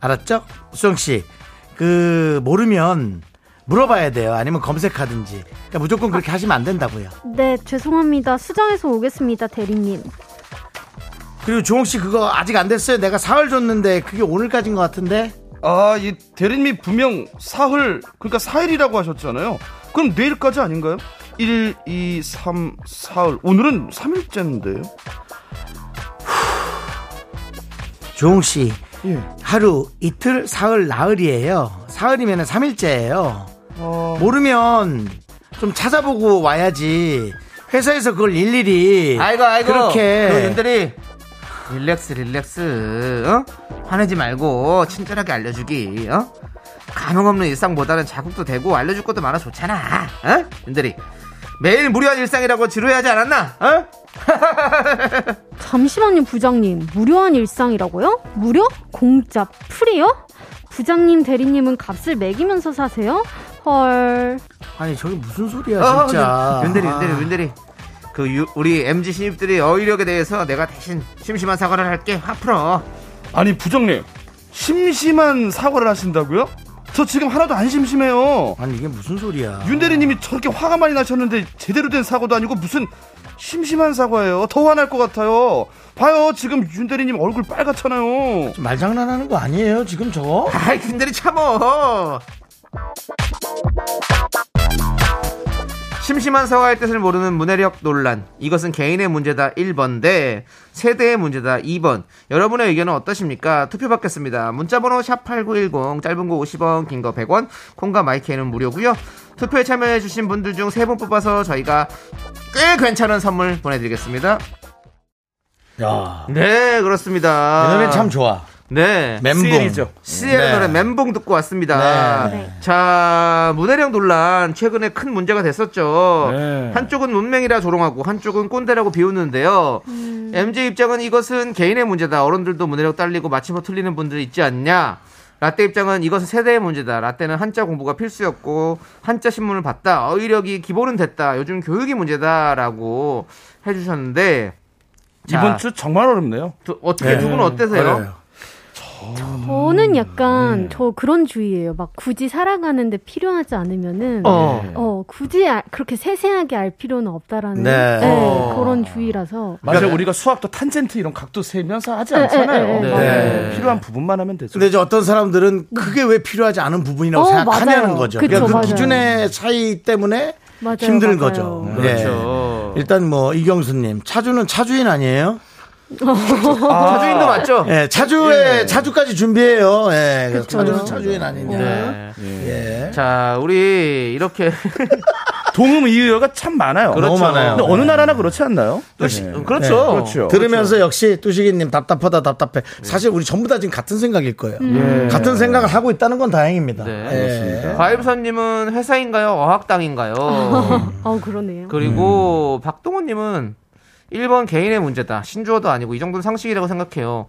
B: 알았죠? 수정 씨그 모르면 물어봐야 돼요 아니면 검색하든지 그러니까 무조건 그렇게 하시면 안 된다고요
G: 네, 죄송합니다. 수정해서 오겠습니다, 대리님.
B: 그리고 조홍 씨 그거 아직 안 됐어요 내가 사흘 줬는데 그게 오늘까지인 것 같은데
I: 아, 이 대리님이 분명 사흘, 그러니까 사일이라고 하셨잖아요. 그럼 내일까지 아닌가요? 1, 2, 3, 사흘. 오늘은 3일째인데요.
B: 조홍 씨 하루 이틀 사흘 나흘이에요 사흘이면 3일째예요 모르면 좀 찾아보고 와야지 회사에서 그걸 일일이
C: 아이고 아이고
B: 그렇게
C: 그 윤대리 릴렉스 릴렉스 어? 화내지 말고 친절하게 알려주기 어? 감흥없는 일상보다는 자극도 되고 알려줄 것도 많아 좋잖아 어? 윤대리 매일 무료한 일상이라고 지루해하지 않았나 어?
G: 잠시만요, 부장님. 무료한 일상이라고요? 무료? 공짜? 프리요? 부장님, 대리님은 값을 매기면서 사세요? 헐.
B: 아니 네. 저게 무슨 소리야 진짜 아,
C: 어, 윤- 윤대리 윤대리 윤대리 그 유- 우리 MG 신입들이 어휘력에 대해서 내가 대신 심심한 사과를 할게 화 풀어
I: 아니, 부장님. 심심한 사과를 하신다고요? 저 지금 하나도 안 심심해요.
B: 아니 이게 무슨 소리야
I: 윤 대리님이 저렇게 화가 많이 나셨는데 제대로 된 사고도 아니고 무슨 심심한 사과예요. 더 화날 것 같아요. 봐요, 지금 윤 대리님 얼굴 빨갛잖아요.
B: 지금 말장난하는 거 아니에요 지금 저거
C: 아이 윤대리 참어 심심한 사과의 뜻을 모르는 문해력 논란. 이것은 개인의 문제다 1번데 세대의 문제다 2번. 여러분의 의견은 어떠십니까? 투표 받겠습니다. 문자번호 샵8910 짧은 거 50원 긴 거 100원 콩과 마이크는 무료고요. 투표에 참여해주신 분들 중 세 분 뽑아서 저희가 꽤 괜찮은 선물 보내드리겠습니다.
B: 야.
C: 네 그렇습니다.
B: 이 노래 참 좋아.
C: 네.
B: 멘붕.
C: CL이죠. CL
B: 네.
C: 노래 멘붕 듣고 왔습니다.
B: 네.
C: 자, 문해령 논란 최근에 큰 문제가 됐었죠.
I: 네.
C: 한쪽은 문맹이라 조롱하고 한쪽은 꼰대라고 비웃는데요. MJ 입장은 이것은 개인의 문제다. 어른들도 문해력 딸리고 마침표 틀리는 분들 있지 않냐. 라떼 입장은 이것은 세대의 문제다. 라떼는 한자 공부가 필수였고 한자 신문을 봤다. 어휘력이 기본은 됐다. 요즘 교육이 문제다라고 해주셨는데 자,
I: 이번 주 정말 어렵네요.
C: 두- 어떻게 두 분 어때세요?
B: 어려워요.
I: 음,
G: 저는 약간
I: 네.
G: 저 그런 주의예요. 막 굳이 살아가는데 필요하지 않으면은 어,
C: 어.
G: 굳이 아- 그렇게 세세하게 알 필요는 없다라는
B: 네.
G: 네,
C: 어.
G: 그런 주의라서
I: 맞아요. 우리가 수학도 탄젠트 이런 각도 세면서 하지
G: 에,
I: 않잖아요.
G: 에, 에, 에.
I: 네. 필요한 부분만 하면 되죠.
B: 근데 이제 어떤 사람들은 그게 왜 필요하지 않은 부분이라고
G: 어,
B: 생각하냐는
G: 맞아요.
B: 거죠.
G: 그쵸,
B: 그러니까 그
G: 맞아요.
B: 기준의 차이 때문에
G: 맞아요,
B: 힘든
G: 맞아요.
B: 거죠.
G: 음,
B: 예.
C: 그렇죠.
B: 일단 뭐 이경수님 차주는 차주인 아니에요?
C: 차주인도 맞죠?
B: 예, 차주에 차주까지 준비해요. 예, 그래서
G: 그쵸.
B: 차주는 차주인 아니냐.
C: 네.
B: 예.
C: 자, 우리 이렇게
I: 동음 이유가 참 많아요. 그렇죠.
B: 너무 그렇죠. 많아요. 네.
I: 근데 어느 나라나 그렇지 않나요?
C: 그렇지.
I: 네.
C: 그렇죠.
I: 그렇죠.
B: 들으면서 역시 뚜시기님 답답하다 답답해. 사실 우리 전부 다 지금 같은 생각일 음. 거예요. 같은 생각을 하고 있다는 건 다행입니다.
C: 네.
B: 예.
C: 과일선님은 회사인가요? 어학당인가요?
G: 어 그러네요.
B: 음.
C: 그리고 박동훈님은 1번 개인의 문제다. 신조어도 아니고 이 정도는 상식이라고 생각해요.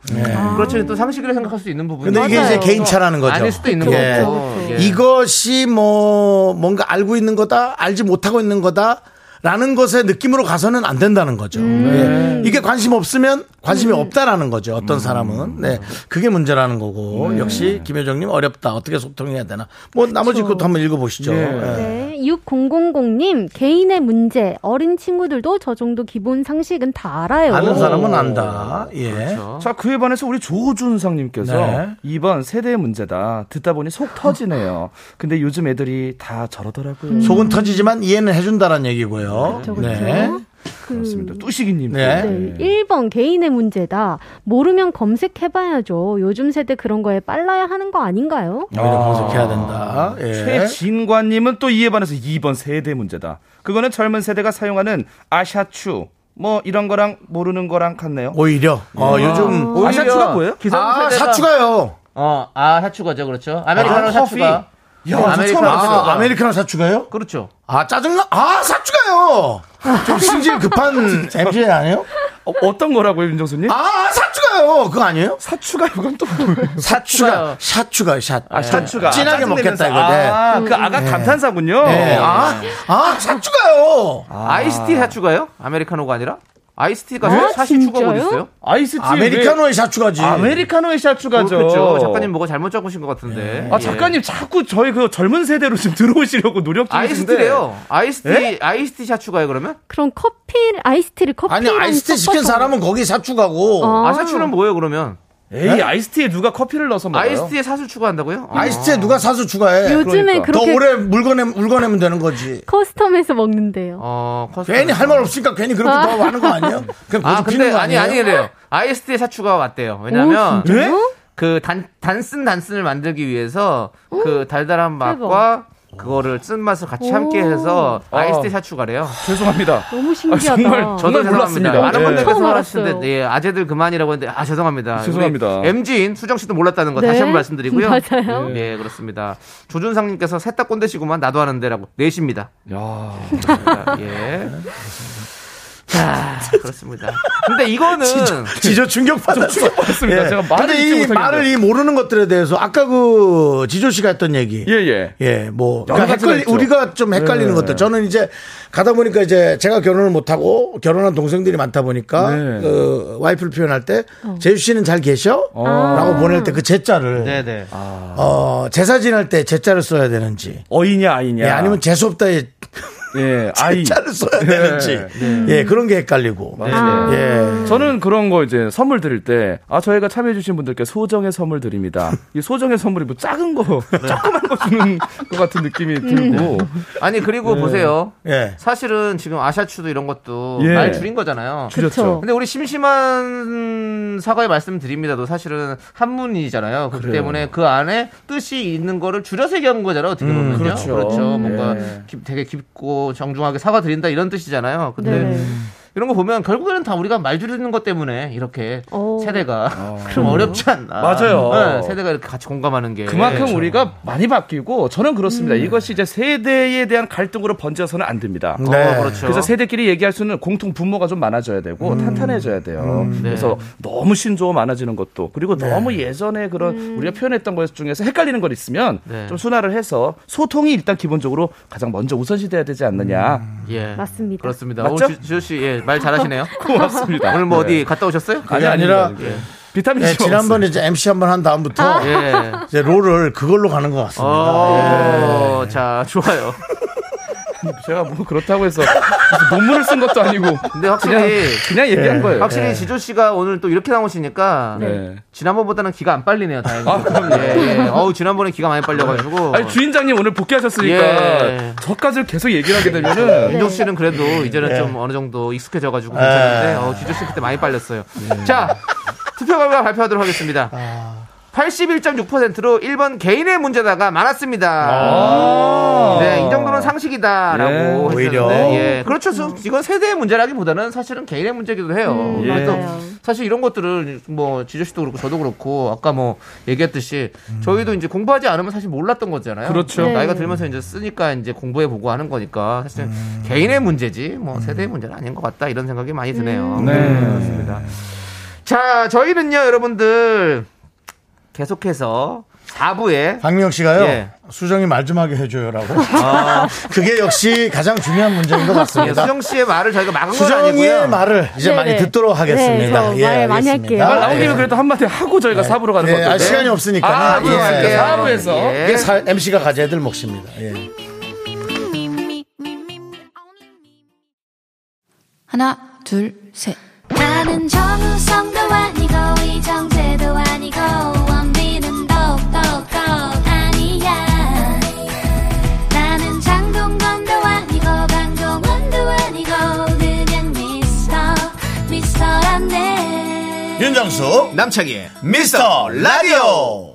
C: 그렇지만 또 상식이라고 생각할 수 있는 부분이
B: 네. 근데 이게
G: 맞아요.
B: 이제 개인차라는 거죠.
C: 아닐 수도 있는
B: 예.
C: 거고. 예.
B: 이것이 뭐 뭔가 알고 있는 거다, 알지 못하고 있는 거다. 라는 것의 느낌으로 가서는 안 된다는 거죠. 예. 이게 관심 없으면 관심이 없다라는 거죠.
I: 음.
B: 어떤 사람은. 네. 그게 문제라는 거고. 역시 김효정님 어렵다. 어떻게 소통해야 되나. 뭐 나머지 것도 한번 읽어보시죠. 예.
G: 네, 6000님 개인의 문제 어린 친구들도 저 정도 기본 상식은 다 알아요.
I: 네.
B: 아는 사람은 안다. 예.
I: 자, 그에 반해서 우리 조준상님께서
B: 네.
I: 2번 세대의 문제다. 듣다 보니 속 터지네요. 근데 요즘 애들이 다 저러더라고요.
B: 음. 속은 터지지만 이해는 해준다라는 얘기고요.
G: 그렇죠, 그렇죠.
B: 네.
I: 그렇습니다. 뚜시기님.
B: 네.
G: 네, 1번 개인의 문제다. 모르면 검색해봐야죠. 요즘 세대 그런 거에 빨라야 하는 거 아닌가요?
B: 오히려 검색해야 된다. 예.
I: 최진관님은 또 이에 반해서 2번 세대 문제다. 그거는 젊은 세대가 사용하는 아샤추 뭐 이런 거랑 모르는 거랑 같네요.
B: 오히려 어, 요즘
I: 아, 샤추가 뭐예요?
B: 아,
C: 세대가-
B: 사추가요.
C: 어, 아, 사추가죠. 그렇죠. 아메리카노
I: 아,
C: 사추가.
I: 야, 저
C: 아메리카노
I: 처음 알았어요.
C: 사추가.
B: 아, 아메리카노 사추가요?
C: 그렇죠.
B: 아, 짜증나. 아, 사추가요. 좀 승질 급한 MJ 아니에요?
I: 어, 어떤 거라고요, 윤정수님?
B: 아, 사추가요. 그거 아니에요?
I: 사추가 이건 또 뭐예요?
B: 사추가, 사추가요, 샷.
I: 아, 사추가.
B: 진하게
I: 짜증
B: 먹겠다,
I: 내면서.
B: 이거.
I: 아, 그 아가 감탄사군요.
B: 네. 아, 아, 사추가요.
C: 아. 이스티 사추가요? 아메리카노가 아니라? 아이스티가 사실 추가
G: 진짜요?
C: 어딨어요?
I: 아이스티
B: 네, 아메리카노의 사추가지.
I: 아메리카노의 샤추가죠.
C: 그렇죠. 작가님 뭐가 잘못 적으신 것 같은데.
I: 아
C: 예.
I: 작가님 자꾸 저희 그 젊은 세대로 지금 들어오시려고 노력 중이신데.
C: 예. 아이스티래요. 아이스티
B: 예?
C: 아이스티 샷 추가요 그러면?
G: 그럼 커피, 아이스티를
B: 아니,
G: 커피랑
B: 아이스티 시킨
G: 섞어서- 어.
B: 사람은 거기 사추가고.
C: 아, 샷추는 뭐예요 그러면?
I: 에이 아이스티에 누가 커피를 넣어서 먹어요?
C: 아이스티에 사수 추가한다고요? 어.
B: 아이스티에 누가 사수 추가해?
G: 요즘에
I: 그러니까.
G: 그
B: 더
G: 렇게
B: 오래 물건에, 물건내면 되는 거지.
G: 커스텀해서 먹는데요.
C: 어, 커스텀.
B: 괜히 할 말 없으니까 괜히 그렇게 더 하는 거 아니에요? 그냥
C: 아,
B: 고집 피는
C: 근데
B: 거
C: 아니
B: 아니에요?
C: 아니래요. 아이스티에 사추가 왔대요. 왜냐면
G: 오, 진짜요?
C: 그단 단쓴 단쓴을 만들기 위해서 그 달달한 맛과 그거를 쓴 맛을 같이 함께 해서
B: 어.
C: 아이스티 사추가래요.
I: 죄송합니다.
G: 너무 신기하다.
I: 아, 정말
C: 어, 저도
I: 정말 몰랐습니다.
C: 몰랐습니다. 많은
I: 네.
C: 분들께서
G: 처음
C: 말하시는데
G: 알았어요.
C: 예, 아재들 그만이라고 했는데 아 죄송합니다.
I: 죄송합니다.
C: MG인 수정 씨도 몰랐다는 거
G: 네.
C: 다시 한번 말씀드리고요.
G: 맞아요.
I: 네.
C: 예, 그렇습니다. 조준상 님께서 셋다 꼰대시구만 나도 하는데라고 내십니다.
I: 야.
C: 예. 자, 그렇습니다. 근데 이거는
B: 지저 충격 받았어.
I: 받았습니다. 제가 말을
B: 예. 근데
I: 잊지
B: 이
I: 못하겠네요.
B: 말을 이 모르는 것들에 대해서 아까 그 지조 씨가 했던 얘기.
I: 예 예.
B: 예, 뭐
I: 여러
B: 그러니까
I: 가지가
B: 헷갈리-
I: 있죠.
B: 우리가 좀 헷갈리는
I: 네.
B: 것들. 저는 이제 가다 보니까 이제 제가 결혼을 못 하고 결혼한 동생들이 많다 보니까
I: 네.
B: 그 와이프를 표현할 때 제주 씨는 잘 계셔?
I: 어.
B: 라고 보낼 때 그 제자를
C: 네, 네.
I: 아.
B: 어, 제사 지낼 때 제자를 써야 되는지
I: 어이냐 아이냐.
B: 네, 예, 아니면 재수 없다에
I: 예, 아이.
B: 자를 써야 되는지. 예, 그런 게 헷갈리고.
I: 네.
B: 예.
I: 저는 그런 거 이제 선물 드릴 때, 아, 저희가 참여해주신 분들께 소정의 선물 드립니다. 이 소정의 선물이 뭐 작은 거,
B: 네.
I: 조그만 거 주는 것 같은 느낌이
B: [laughs]
I: 들고.
C: 아니
I: 네.
C: 그리고 보세요.
B: 예.
C: 사실은 지금 아샤추도 이런 것도
I: 예.
C: 말 줄인 거잖아요.
I: 줄였죠.
C: 근데 우리 심심한 사과의 말씀드립니다도 사실은 한문이잖아요. 그렇기 때문에 그 안에 뜻이 있는 거를 줄여서 얘기한 거잖아요. 어떻게 보면요.
I: 그렇죠.
C: 뭔가
I: 예.
C: 깊- 되게 깊고 정중하게 사과드린다 이런 뜻이잖아요. 근데
G: 네.
C: 이런 거 보면 결국에는 다 우리가 말 줄이는 것 때문에 이렇게
G: 어.
C: 세대가 좀 어렵지 않나.
I: 아. 맞아요.
C: 네, 세대가 이렇게 같이 공감하는 게
I: 그만큼 우리가 많이 바뀌고, 저는 그렇습니다. 이것이 이제 세대에 대한 갈등으로 번져서는 안 됩니다.
C: 어,
B: 네.
C: 그렇죠.
I: 그래서 세대끼리 얘기할 수는 공통 분모가 좀 많아져야 되고 탄탄해져야 돼요.
C: 네.
I: 그래서 너무 신조어 많아지는 것도 그리고 너무 예전에 그런 우리가 표현했던 것 중에서 헷갈리는 걸 있으면
C: 네.
I: 좀 순화를 해서 소통이 일단 기본적으로 가장 먼저 우선시 돼야 되지 않느냐.
C: 예.
G: 맞습니다.
C: 그렇습니다.
I: 맞죠?
C: 오, 주, 주호 씨, 예, 말 잘하시네요.
I: [laughs] 고맙습니다.
C: 오늘 뭐
I: 네.
C: 어디 갔다 오셨어요?
I: 아니
B: 아니라
I: 아니라 비타민
B: 예,
C: 그렇죠.
I: C
B: 지난번에 이제 MC 한 번 한 다음부터
C: 예.
B: 이제 롤을 그걸로 가는 것 같습니다.
C: 어,
I: 예.
C: 자, 좋아요.
I: 제가 뭐 그렇다고 해서 무슨 논문을 쓴 것도 아니고
C: 근데
I: 그냥
C: 확실히
I: 그냥 얘기한 거예요.
C: 확실히 지조 씨가 오늘 또 이렇게 나오시니까
I: 네.
C: 지난번보다는 기가 안 빨리네요, 다행히.
I: 아, 그럼요.
C: 예, 예. 어우, 지난번에 기가 많이 빨려가지고.
I: 아니 주인장님 오늘 복귀하셨으니까
C: 예.
I: 저까지 계속 얘기를 하게 되면은
C: 윤종 씨는 그래도 이제는
I: 네.
C: 좀 어느 정도 익숙해져가지고
I: 아.
C: 괜찮은데, 어, 지조 씨 그때 많이 빨렸어요.
I: 네.
C: 자, 투표 결과 발표하도록 하겠습니다.
I: 아.
C: 81.6%로 1번 개인의 문제다가 많았습니다. 네, 이 정도는 상식이다라고
I: 아. 예,
B: 오히려.
C: 했었는데, 예, 그렇죠. 수- 이건 세대의 문제라기보다는 사실은 개인의 문제기도 해요.
I: 예.
C: 그래서
G: 맞아요.
C: 사실 이런 것들을 뭐 지조 씨도 그렇고 저도 그렇고 아까 뭐 얘기했듯이 저희도 이제 공부하지 않으면 사실 몰랐던 거잖아요.
I: 음. 그렇죠.
G: 네.
C: 나이가 들면서 이제 쓰니까 이제 공부해 보고 하는 거니까 사실
I: 음.
C: 개인의 문제지 뭐 세대의 문제는 아닌 것 같다 이런 생각이 많이 드네요.
I: 네.
C: 그렇습니다. 자, 저희는요, 여러분들 계속해서 4부에
B: 박미영 씨가요.
C: 예. 아.
B: 수정이 말 좀 하게 해줘요라고. [laughs] 그게 역시 가장 중요한 문제인 것 같습니다.
C: 예, 수정 씨의 말을 저희가 막은 건 아니고요.
B: 수정이의 말을 이제
G: 네네.
B: 많이 듣도록 하겠습니다. 예,
G: 네, 저말 많이
B: 알겠습니다.
I: 말
G: 할게요.
I: 나온 김에 그래도 한마디 하고 저희가 사부로 가는
B: 예,
I: 거죠.
B: 네. 아, 시간이 없으니까.
I: 아, 그럼
B: 예.
I: 할게요. 사부에서.
C: 예.
B: 이게 사, MC가 가져야 될 몫입니다. 예.
F: me, me, me, me, me, only me.
J: 하나, 둘, 셋.
F: 나는 정우성도 아니고 이정재도 아니고 원빈은 더욱더 아니야 나는 장동건도 아니고 강동원도 아니고 그냥 미스터 미스터란데
B: 윤정수 남창희 미스터 라디오.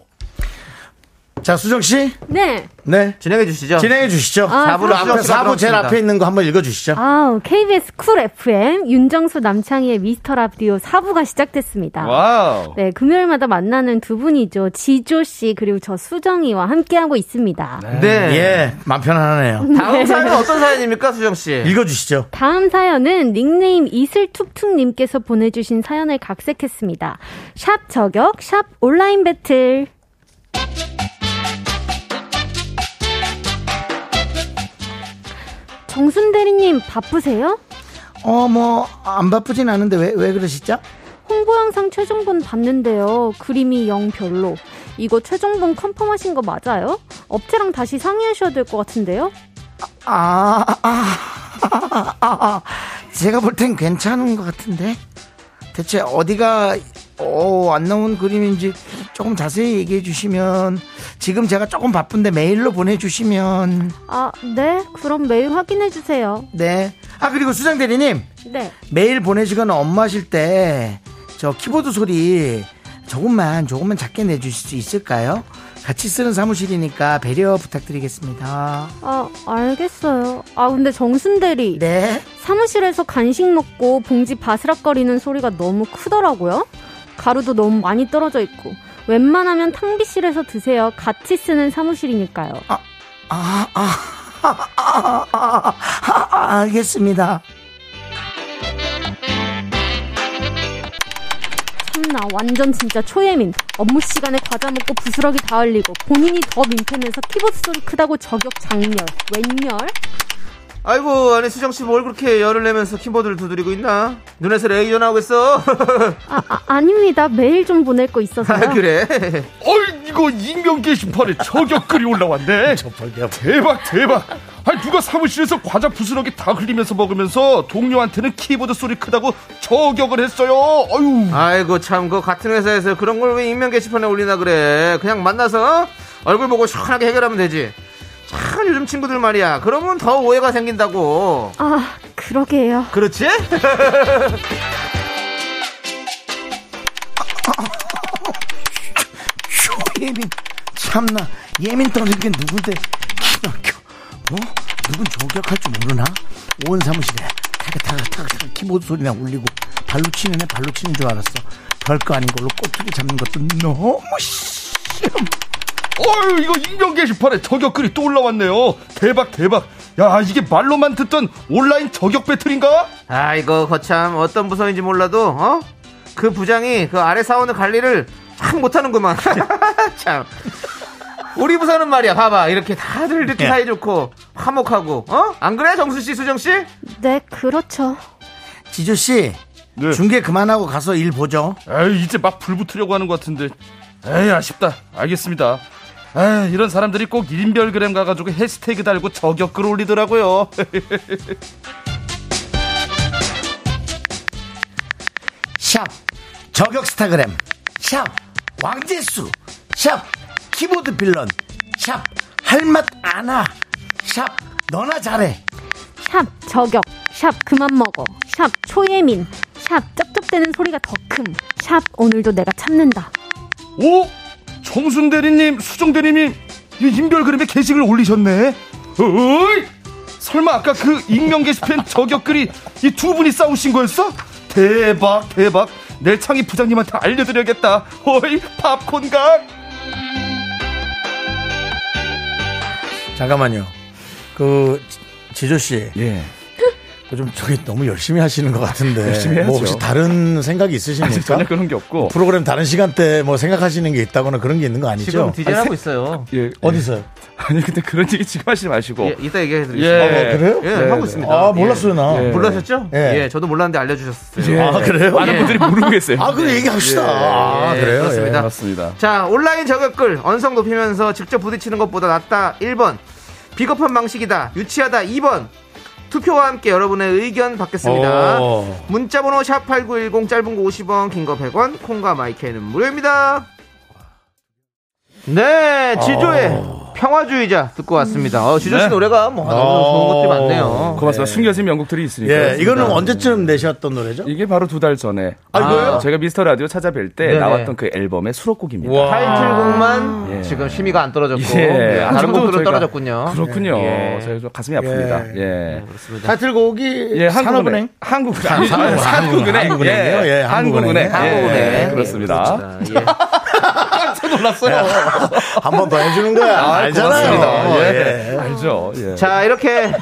B: 자 수정 씨,
G: 네.
B: 네
C: 진행해 주시죠.
B: 진행해 주시죠.
G: 아,
B: 사부로
C: 수정
B: 앞에
C: 씨가
B: 사부 제일
C: 들어왔습니다.
B: 앞에 있는 거 한번 읽어 주시죠.
G: 아, KBS 쿨 FM 윤정수 남창희의 미스터 라디오 4부가 시작됐습니다.
I: 와우.
G: 네, 금요일마다 만나는 두 분이죠. 지조 씨 그리고 저 수정이와 함께하고 있습니다.
C: 네.
B: 예, 맘 편안하네요.
C: 다음 사연은 어떤 사연입니까, 수정 씨?
B: 읽어 주시죠.
G: 다음 사연은 닉네임 이슬툭툭님께서 보내주신 사연을 각색했습니다. 샵 저격, 샵 온라인 배틀. 정순 대리님 바쁘세요?
B: 어, 뭐 안 바쁘진 않은데 왜 왜 그러시죠?
G: 홍보 영상 최종본 봤는데요. 그림이 영 별로. 이거 최종본 컨펌하신 거 맞아요? 업체랑 다시 상의하셔야 될 것 같은데요?
B: 아, 아, 아, 아, 아. 제가 볼 땐 괜찮은 것 같은데 대체 어디가 어, 안 나온 그림인지 조금 자세히 얘기해 주시면 지금 제가 조금 바쁜데 메일로 보내주시면
G: 아, 네. 그럼 메일 확인해 주세요.
B: 네. 아 그리고 수장 대리님
G: 네.
B: 메일 보내시거나 엄마실 때 저 키보드 소리 조금만 조금만 작게 내주실 수 있을까요? 같이 쓰는 사무실이니까 배려 부탁드리겠습니다.
G: 아, 알겠어요. 아, 근데 정순 대리.
B: 네.
G: 사무실에서 간식 먹고 봉지 바스락거리는 소리가 너무 크더라고요. 가루도 너무 많이 떨어져 있고. 웬만하면 탕비실에서 드세요. 같이 쓰는 사무실이니까요.
B: 아, 아, 아, 아, 아, 아, 아, 알겠습니다.
G: 참나 완전 진짜 초예민. 업무 시간에 과자 먹고 부스러기 다 흘리고 본인이 더 민폐면서 키보드 소리 크다고 저격 장렬. 웬열?
C: 아이고, 아니, 수정 씨 뭘 그렇게 열을 내면서 킴보드를 두드리고 있나? 눈에서 레이저 나오겠어? [laughs]
G: 아, 아 아닙니다. 메일 좀 보낼 거 있어서요.
C: 아, 그래.
I: [laughs] 어이 이거 익명 게시판에 저격글이 올라왔네.
B: 저벌
I: 대박 대박. 아니 누가 사무실에서 과자 부스러기 다 흘리면서 먹으면서 동료한테는 키보드 소리 크다고 저격을 했어요. 아유.
C: 아이고 참 그 같은 회사에서 그런 걸 왜 익명 게시판에 올리나 그래 그냥 만나서 어? 얼굴 보고 시원하게 해결하면 되지 참 요즘 친구들 말이야 그러면 더 오해가 생긴다고
G: 아, 그러게요.
C: 그렇지?
B: 쇼 예민 참나 예민 떨어지게 누군데 기막혀 뭐 누군 저격할 줄 모르나 온 사무실에 타그타그타그 키보드 소리나 울리고 발로 치는 애 발로 치는 줄 알았어 별거 아닌 걸로 꼬투리 잡는 것도 너무 싫어
I: 어유 이거 익명 게시판에 저격글이 또 올라왔네요. 대박 대박. 야 이게 말로만 듣던 온라인 저격 배틀인가?
C: 아이고 거참 어떤 부서인지 몰라도 어? 그 부장이 그 아래 사원의 관리를 참 못하는구만 [laughs] 참 우리 부서는 말이야 봐봐 이렇게 다들 이렇게
B: 예.
C: 사이좋고 화목하고 어? 안 그래 정수씨 수정씨?
G: 네, 그렇죠.
B: 지조씨
I: 네.
B: 중계 그만하고 가서 일 보죠
I: 에이 이제 막 불붙으려고 하는 것 같은데. 에이 아쉽다. 알겠습니다. 에이 이런 사람들이 꼭 1인별그램 가가지고 해시태그 달고 저격글 올리더라고요.
B: 샵 저격 스타그램 샵 왕재수 샵 키보드 빌런 샵 할맛 안아 샵 너나 잘해
G: 샵 저격, 샵 그만 먹어, 샵 초예민, 샵 쩝쩝대는 소리가 더 큼, 샵 오늘도 내가 참는다.
I: 오? 어? 정순 대리님, 수정 대리님, 이 인별그램에 게시글 올리셨네. 어이! 설마 아까 그 익명 게시판 저격글이 이 두 분이 싸우신 거였어? 대박, 대박. 내창희 부장님한테 알려드려야겠다. 어이, 팝콘각!
B: 잠깐만요 그 지- 지조씨 그
I: 예.
B: 좀 저기 너무 열심히 하시는 것 같은데
I: 열심히 해야죠.
B: 뭐 혹시 다른 생각이 있으십니까?
I: 네, 전혀 그런 게 없고.
B: 프로그램 다른 시간대 뭐 생각하시는 게 있다거나 그런 게 있는 거
C: [laughs] 지금
B: 아니죠?
C: 디제이 하고 있어요
I: 예.
B: 어디서요?
I: 아니, 근데 그런 얘기 지금 하지 마시고.
C: 예, 이따 얘기해드리겠습니다
I: 뭐. 예.
B: 아, 그래요?
C: 예, 하고 있습니다
B: 아 몰랐어요 나.
I: 예.
C: 몰라셨죠?
B: 예.
C: 예. 저도 몰랐는데 알려주셨어요
B: 아 그래요?
I: 많은 분들이 모르고 계세요.
B: 아 그래 얘기합시다. 아
C: 예,
B: 그래요?
C: 그렇습니다.
B: 예.
I: 맞습니다.
C: 자, 온라인 저격글 언성 높이면서 직접 부딪히는 것보다 낫다. 1번. 비겁한 방식이다. 유치하다. 2번. 투표와 함께 여러분의 의견 받겠습니다.
B: 오.
C: 문자번호 샵8910 짧은 거 50원, 긴 거 100원, 콩과 마이크는 무료입니다. 네, 지조의 평화주의자 듣고 왔습니다. 어, 지조 씨
I: 아. 네. 어.
C: 노래가 뭐 너무 좋은 것들이 많네요.
I: 고맙습니다. 숨겨진 명곡들이 있으니까.
B: 예, 이거는 언제쯤 내셨던 노래죠?
I: 이게 바로 두 달 전에
B: 아, 이거요?
I: 제가 미스터 라디오 찾아뵐 때
C: 네네.
I: 나왔던 그 앨범의 수록곡입니다.
C: 타이틀곡만
I: 예.
C: 지금 심의가 안 떨어졌고
I: 예.
C: 예.
I: 아,
C: 다른
I: 저도
C: 곡들은
I: 저희가-
C: 떨어졌군요.
I: 그렇군요.
C: 예.
I: 저희 좀 가슴이 아픕니다. 예.
B: 타이틀곡이
I: 예,
B: 산업은행.
I: 한국은행.
B: 산업은행.
I: 한국은행.
B: 한국은행이요? 예,
I: 예, 한국은행.
B: 한국은행.
I: 예,
C: 예,
I: 그렇습니다.
C: 그렇습니다. 예.
I: 깜짝 놀랐어요.
B: 한 번 더 해주는 거야. 알잖아요.
I: 고맙습니다.
B: 예.
I: 예. 알죠. 예.
C: 자 이렇게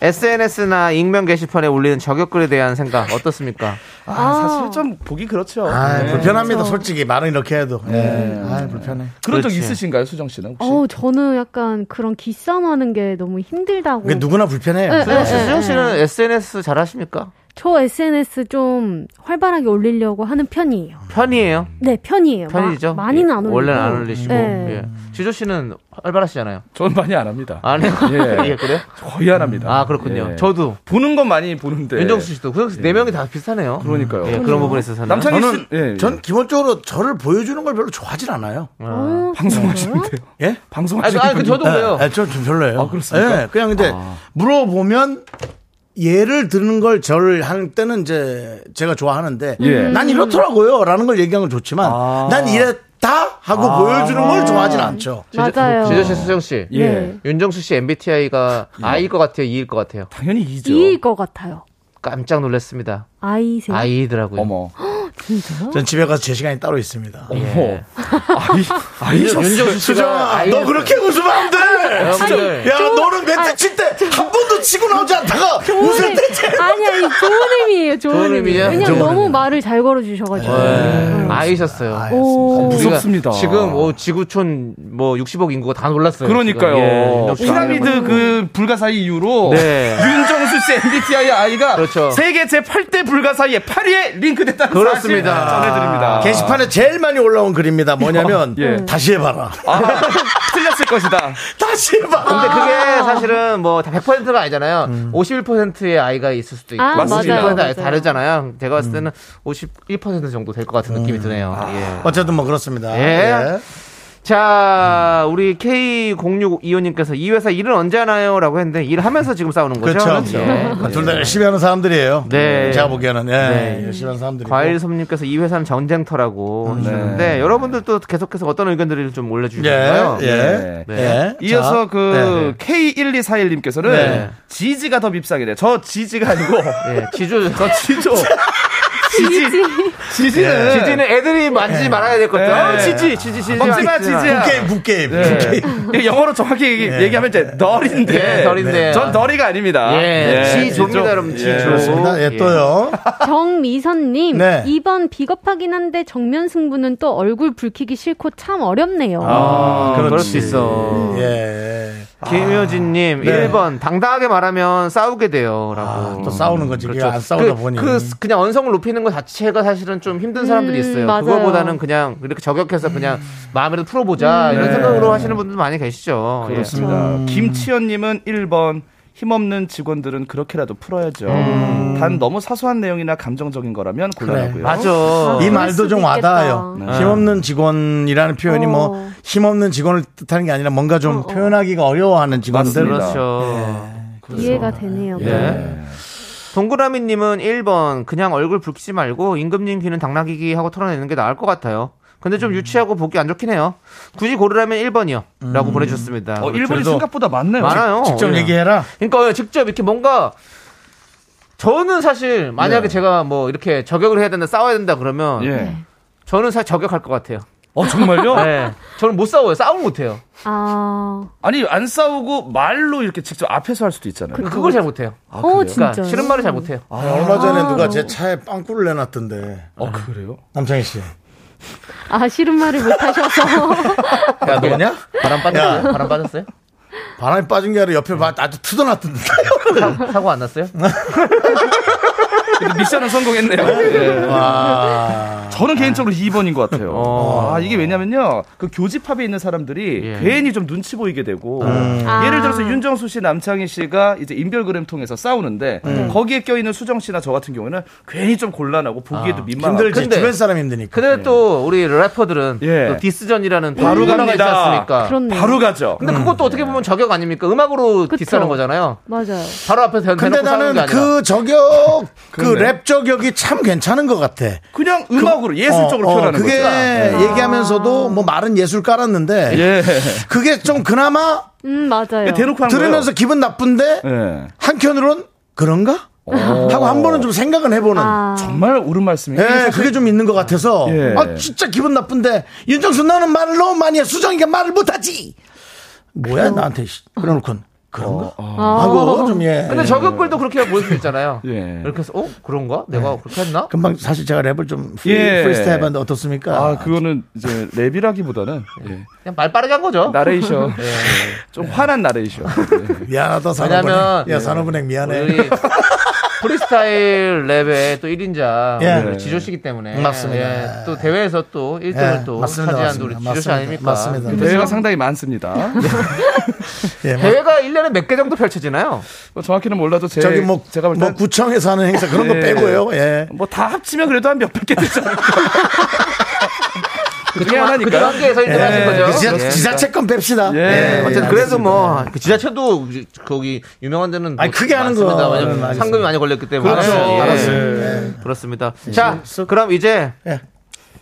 C: SNS나 익명 게시판에 올리는 저격글에 대한 생각 어떻습니까?
I: 아, 사실 좀 보기 그렇죠.
B: 아
I: 예.
B: 불편합니다. 솔직히 말은 이렇게 해도. 예. 아 불편해.
I: 그런 적
C: 그렇지.
I: 있으신가요, 수정 씨는 혹시?
G: 아, 어우, 저는 약간 그런 기싸움하는 게 너무 힘들다고.
B: 그게 누구나 불편해요.
G: 네.
C: 수정 씨,
G: 예,
C: 수정
G: 예.
C: 씨는 SNS 잘 하십니까?
G: 저 SNS 좀 활발하게 올리려고 하는 편이에요.
C: 편이에요.
G: 네, 편이에요. 마-
C: 편이죠. 예,
G: 많이는 안 올리고.
C: 원래는 안 올리시고.
G: 네.
C: 예. 지조 씨는 활발하시잖아요.
I: 저는 많이 안 합니다.
C: 안 해요? [laughs] 예,
I: 예.
C: 그래요?
I: 거의 안 합니다.
C: 아 그렇군요.
I: 예.
C: 저도
I: 보는 건 많이 보는데.
C: 윤정수 씨도 그래서 네 명이 다 비슷하네요.
I: 그러니까요.
C: 예, 그런 부분에 있어서는
I: 남창희
B: 저는
I: 씨, 예, 예.
B: 전 기본적으로 저를 보여주는 걸 별로 좋아하진 않아요.
G: 어,
I: 방송하시는데요.
B: 예?
I: [laughs] 방송하시는
C: 아니, 아니 그 저도 그래요.
B: 예, 좀, 좀 별로예요.
I: 아, 그렇습니까? 아.
B: 예, 그냥 근데 물어보면 예를 드는 걸 저를 할 때는 이제 제가 좋아하는데
I: 예.
B: 난 이렇더라고요. 라는 걸 얘기하면 좋지만
I: 아.
B: 난 이랬다 하고 보여주는 걸 좋아하진 않죠.
G: 맞아요.
C: 지조 씨, 수정 씨.
I: 예.
G: 네.
C: 윤정수 씨 MBTI가 I일 것 같아요, E일 것 같아요.
I: 당연히 이죠.
G: 이일 것 같아요.
C: 깜짝 놀랐습니다.
G: 아이세요.
C: I더라고요.
I: 어머.
G: 진짜요?
B: 전 집에 가서 제 시간이 따로 있습니다.
C: 예.
I: 어머. 아이, 아이셨어요.
C: 윤정수 씨가
B: 수정아, 너
C: I였어요.
B: 그렇게 웃으면 안
I: 아,
B: 돼!
I: 네.
C: 여러분들
B: 야, 너는 멘트 칠 때 한 번도 치고 나오지 않다가 웃을 때 제일
G: 네. 아니, 아니, 좋은 의미예요, 좋은,
C: 좋은
G: 의미.
C: 의미예요?
G: 왜냐면
B: 좋은
G: 너무
B: 의미.
G: 말을 잘 걸어주셔가지고.
C: 네. 아이셨어요.
G: 오.
C: 우리가
I: 예. 무섭습니다.
C: 지금 뭐 지구촌 뭐 60억 인구가 다 놀랐어요. 지금. 예,
I: 그러니까요. 피라미드 그 불가사의 이후로
C: 네.
I: 윤정수 씨 MBTI 아이가
C: 그렇죠.
I: 세계 제 8대 불가사의 8위에 링크됐다는
C: 그렇습니다. 아.
I: 사실 전해드립니다.
B: 게시판에 제일 많이 올라온 글입니다. 뭐냐면
I: 아. 예.
B: 다시 해봐라.
I: 아, [laughs] 틀렸
C: 했을 것이다.
B: 다시 해봐.
C: 근데
G: 아.
C: 그게 사실은 뭐 다 100%가 아니잖아요.
B: 음.
C: 51%의 아이가 있을 수도 있고
G: 아, 맞습니다.
C: 50%의 아이가
G: 맞아요.
C: 다르잖아요. 제가
B: 음.
C: 봤을 때는 51% 정도 될 것 같은 느낌이 드네요. 예.
I: 그-
B: 어쨌든 뭐 그렇습니다.
C: 예.
B: 음.
C: 자, 우리 K0625님께서 이 회사 일은 언제 하나요? 라고 했는데 일하면서 지금 싸우는 거죠?
B: 그렇죠.
C: 예.
B: 둘 다 열심히 하는 사람들이에요.
C: 네.
B: 제가 보기에는 예.
C: 네.
B: 열심히 하는 사람들이.
C: 과일섭님께서 이 회사는 전쟁터라고
B: 음.
C: 하시는데 여러분들도 계속해서 어떤 의견들을 좀 올려주시나요?
B: 네. 예.
I: 네.
B: 예. 예. 자,
I: 이어서 그 K1241님께서는
C: 네.
I: 지지가 더 밉상이래. 요저
C: [laughs]
I: 지지가 아니고
C: 예, 지주
I: 저 지조. 지지. 지지는
C: 지지는 애들이 만지지 말아야 될 것들. 어, 지지, 지지, 지지.
I: 엄지마, 지지야.
B: 북게임 북게임.
I: 네.
B: 북게임.
I: 이게 영어로 정확히 얘기,
C: 네.
B: 예.
I: 얘기하면 이제 널인데.
C: 예, 널인데.
I: 전 널이가 아닙니다.
C: 예,
I: 지조.
C: 지조입니다, 여러분. 지조.
B: 그렇습니다. 예, 또요.
G: 정미선님,
B: 네.
G: 이번 비겁하긴 한데 정면 승부는 또 얼굴 붉히기 싫고 참 어렵네요.
C: 아, 그럴
B: 그렇지.
C: 수 있어.
B: 예.
C: 김효진님,
B: 네. 아,
C: 1번, 당당하게 말하면 싸우게 돼요. 라고.
B: 또 싸우는 거지. 그게 안 싸우다
C: 그,
B: 보니.
C: 그, 냥 언성을 높이는 것 자체가 사실은 좀 힘든 사람들이
G: 음,
C: 있어요.
G: 맞아요.
C: 그거보다는 그냥 이렇게 저격해서 그냥 마음에도 풀어보자. 이런 생각으로 하시는 분들 많이 계시죠. 예.
I: 그렇습니다. 아, 김치현님은 1번. 힘없는 직원들은 그렇게라도 풀어야죠.
C: 음.
I: 단 너무 사소한 내용이나 감정적인 거라면 곤란하고요. 어.
C: 맞아.
B: 이
G: 그럴
B: 말도
G: 수도
B: 좀 와닿아요.
I: 네.
B: 힘없는 직원이라는 표현이 뭐
G: 어.
B: 힘없는 직원을 뜻하는 게 아니라 뭔가 좀 표현하기가 어려워하는 직원들.
I: 맞습니다. 네.
C: 그렇죠.
G: 이해가 되네요.
C: 예. 동그라미님은 1번 그냥 얼굴 붉히지 말고 임금님 귀는 당나귀기 하고 털어내는 게 나을 것 같아요. 근데
I: 음.
C: 좀 유치하고 보기 안 좋긴 해요. 굳이 고르라면 1번이요. 라고 보내주셨습니다.
I: 어, 일본이
B: 그래도
I: 생각보다 많네요.
C: 많아요.
I: 어,
B: 직접
C: 예.
B: 얘기해라.
C: 그러니까 직접 이렇게 뭔가 저는 사실 만약에 제가 뭐 이렇게 저격을 해야 된다 싸워야 된다 그러면
I: 네. 예.
C: 저는 사실 저격할 것 같아요.
I: 어 정말요?
C: 네. 저는 못 싸워요. 싸움을
G: [laughs]
C: 못 해요.
G: 아,
I: [laughs] 아니 안 싸우고 말로 이렇게 직접 앞에서 할 수도 있잖아요.
C: 그걸 잘 못 해요.
G: 어, 진짜.
C: 그러니까 싫은 말을 잘 못 해요.
B: 아, 얼마 전에 누가 제 차에 빵꾸를 내놨던데.
I: 어 그래요?
B: 남창희 씨.
G: 아, 싫은 말을 못 하셔서.
B: 야, 너냐?
C: [laughs] 바람 빠졌어요? 바람 빠졌어요?
B: 바람이 빠진 게 아니라 옆에 막 아주 투덜났던데.
C: 사- 사고 안 났어요?
B: 음.
I: 근데 미션은 성공했네요. 예.
B: [laughs] 와.
I: 저는 개인적으로 2번인 것 같아요.
C: 어.
I: 아, 이게 왜냐면요. 그 교집합에 있는 사람들이
C: 예.
I: 괜히 좀 눈치 보이게 되고.
G: 아.
I: 예를 들어서 윤정수 씨, 남창희 씨가 이제 인별그램 통해서 싸우는데 거기에 껴있는 수정 씨나 저 같은 경우에는 괜히 좀 곤란하고 보기에도 민망하고.
B: 힘들지.
C: 근데-
B: 주변 사람 힘드니까.
C: 근데 또 우리 래퍼들은
I: 예.
C: 또
B: 음.
C: 디스전이라는
I: 바로
C: 바로 가가 있지
I: 갑니다.
C: 않습니까?
G: [laughs] 그렇네요.
I: 바로 가죠.
C: 근데 그것도 어떻게 보면 저격 아닙니까? 음악으로
G: 그쵸.
C: 디스하는 거잖아요.
G: 맞아요.
C: 바로 앞에서 대-
B: 근데
C: 대놓고 싸우는 게
B: 나는
C: 아니라.
B: 그
I: [laughs]
B: 저격, 그
I: 그렇네.
B: 랩 저격이 참 괜찮은 것 같아.
I: 그냥 음악으로 예술적으로
B: 어, 어,
I: 표현하는
B: 그게
I: 거죠.
B: 얘기하면서도 뭐 말은 예술 깔았는데
I: 예.
B: 그게 좀 그나마
G: 음, 맞아요.
I: 대놓고 하는
B: 들으면서 기분 나쁜데
I: 거예요. 예.
B: 한켠으론 그런가? 하고 한 번은 좀 생각은 해보는.
G: 아,
I: 정말 옳은 말씀이에요.
B: 예,
I: 이게 사실-
B: 그게 좀 있는 것 같아서.
I: 예.
B: 아, 진짜 기분 나쁜데. 윤정수 너는 말을 너무 많이 해. 수정이가 말을 못하지. 뭐야, 나한테. 씨. 그래놓고. 그런가?
I: 아.
B: 하고 좀 예.
C: 근데 저격글도 그렇게 보일 수
B: [laughs]
C: 있잖아요.
I: 예.
C: 이렇게 해서 어 그런가?
B: 예.
C: 내가 그렇게 했나?
B: 금방 사실 제가 랩을 좀 프리,
I: 예.
B: 프리스타일 해봤는데 어떻습니까?
I: 아, 그거는 이제 랩이라기보다는 예.
C: 그냥 말 빠르게 한 거죠.
I: 나레이션. 좀 화난 나레이션. 예.
B: 미안하다, 산업은행.
C: 왜냐면-
B: 야, 산업은행 미안해.
C: 우리 [laughs] 프리스타일 랩의 또 1인자
B: 예.
C: 우리 지조 씨기 때문에
B: 맞습니다.
C: 예, 또 대회에서 또 1등을
B: 예,
C: 또
B: 맞습니다,
C: 차지한
B: 맞습니다.
C: 우리 지조 씨
B: 맞습니다,
C: 아닙니까?
B: 맞습니다.
C: 그래서
I: 대회가 상당히 많습니다.
B: 예, 뭐
C: 대회가 1년에 몇 개 정도 펼쳐지나요?
I: 뭐 정확히는 몰라도 제,
B: 저기 뭐,
I: 제가 볼
B: 뭐
I: 때
B: 구청에서 하는 행사 그런 거
I: 예.
B: 빼고요. 예.
I: 뭐 다 합치면 그래도 한 몇백 개 되지 않을까. 그중에
C: 그
I: 하나니까.
C: 단계에서 1등 하신 거죠.
B: 그 지자,
C: 예.
B: 지자체 건 뺍시다.
I: 예.
C: 어쨌든
B: 예,
C: 그래도 뭐그 지자체도 거기 유명한 데는
B: 아니,
C: 뭐
B: 크게 하는
C: 많습니다.
B: 거.
C: 왜냐면
B: 음, 알겠습니다.
C: 상금이 많이 걸렸기 때문에
I: 그렇죠.
C: 예.
I: 알았어요.
B: 예.
C: 그렇습니다. 자, 그럼 이제
B: 예.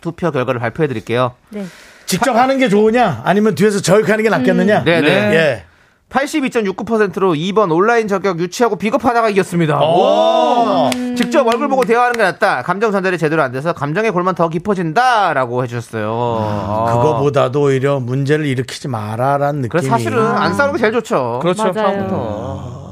C: 투표 결과를 발표해 드릴게요.
G: 네.
B: 직접 하는 게 좋으냐? 아니면 뒤에서 저격하는 게 낫겠느냐?
C: 네, 네.
B: 예.
C: 82.69%로 2번 온라인 저격 유치하고 비겁하다가 이겼습니다.
B: 오.
C: 직접 얼굴 보고 대화하는 게 낫다. 감정 전달이 제대로 안 돼서 감정의 골만 더 깊어진다라고 해주셨어요. 아.
B: 그거보다도 오히려 문제를 일으키지 마라라는 느낌이.
C: 그래서 사실은 안 싸우는 게 제일 좋죠.
G: 맞아요.
I: 그렇죠. 처음부터.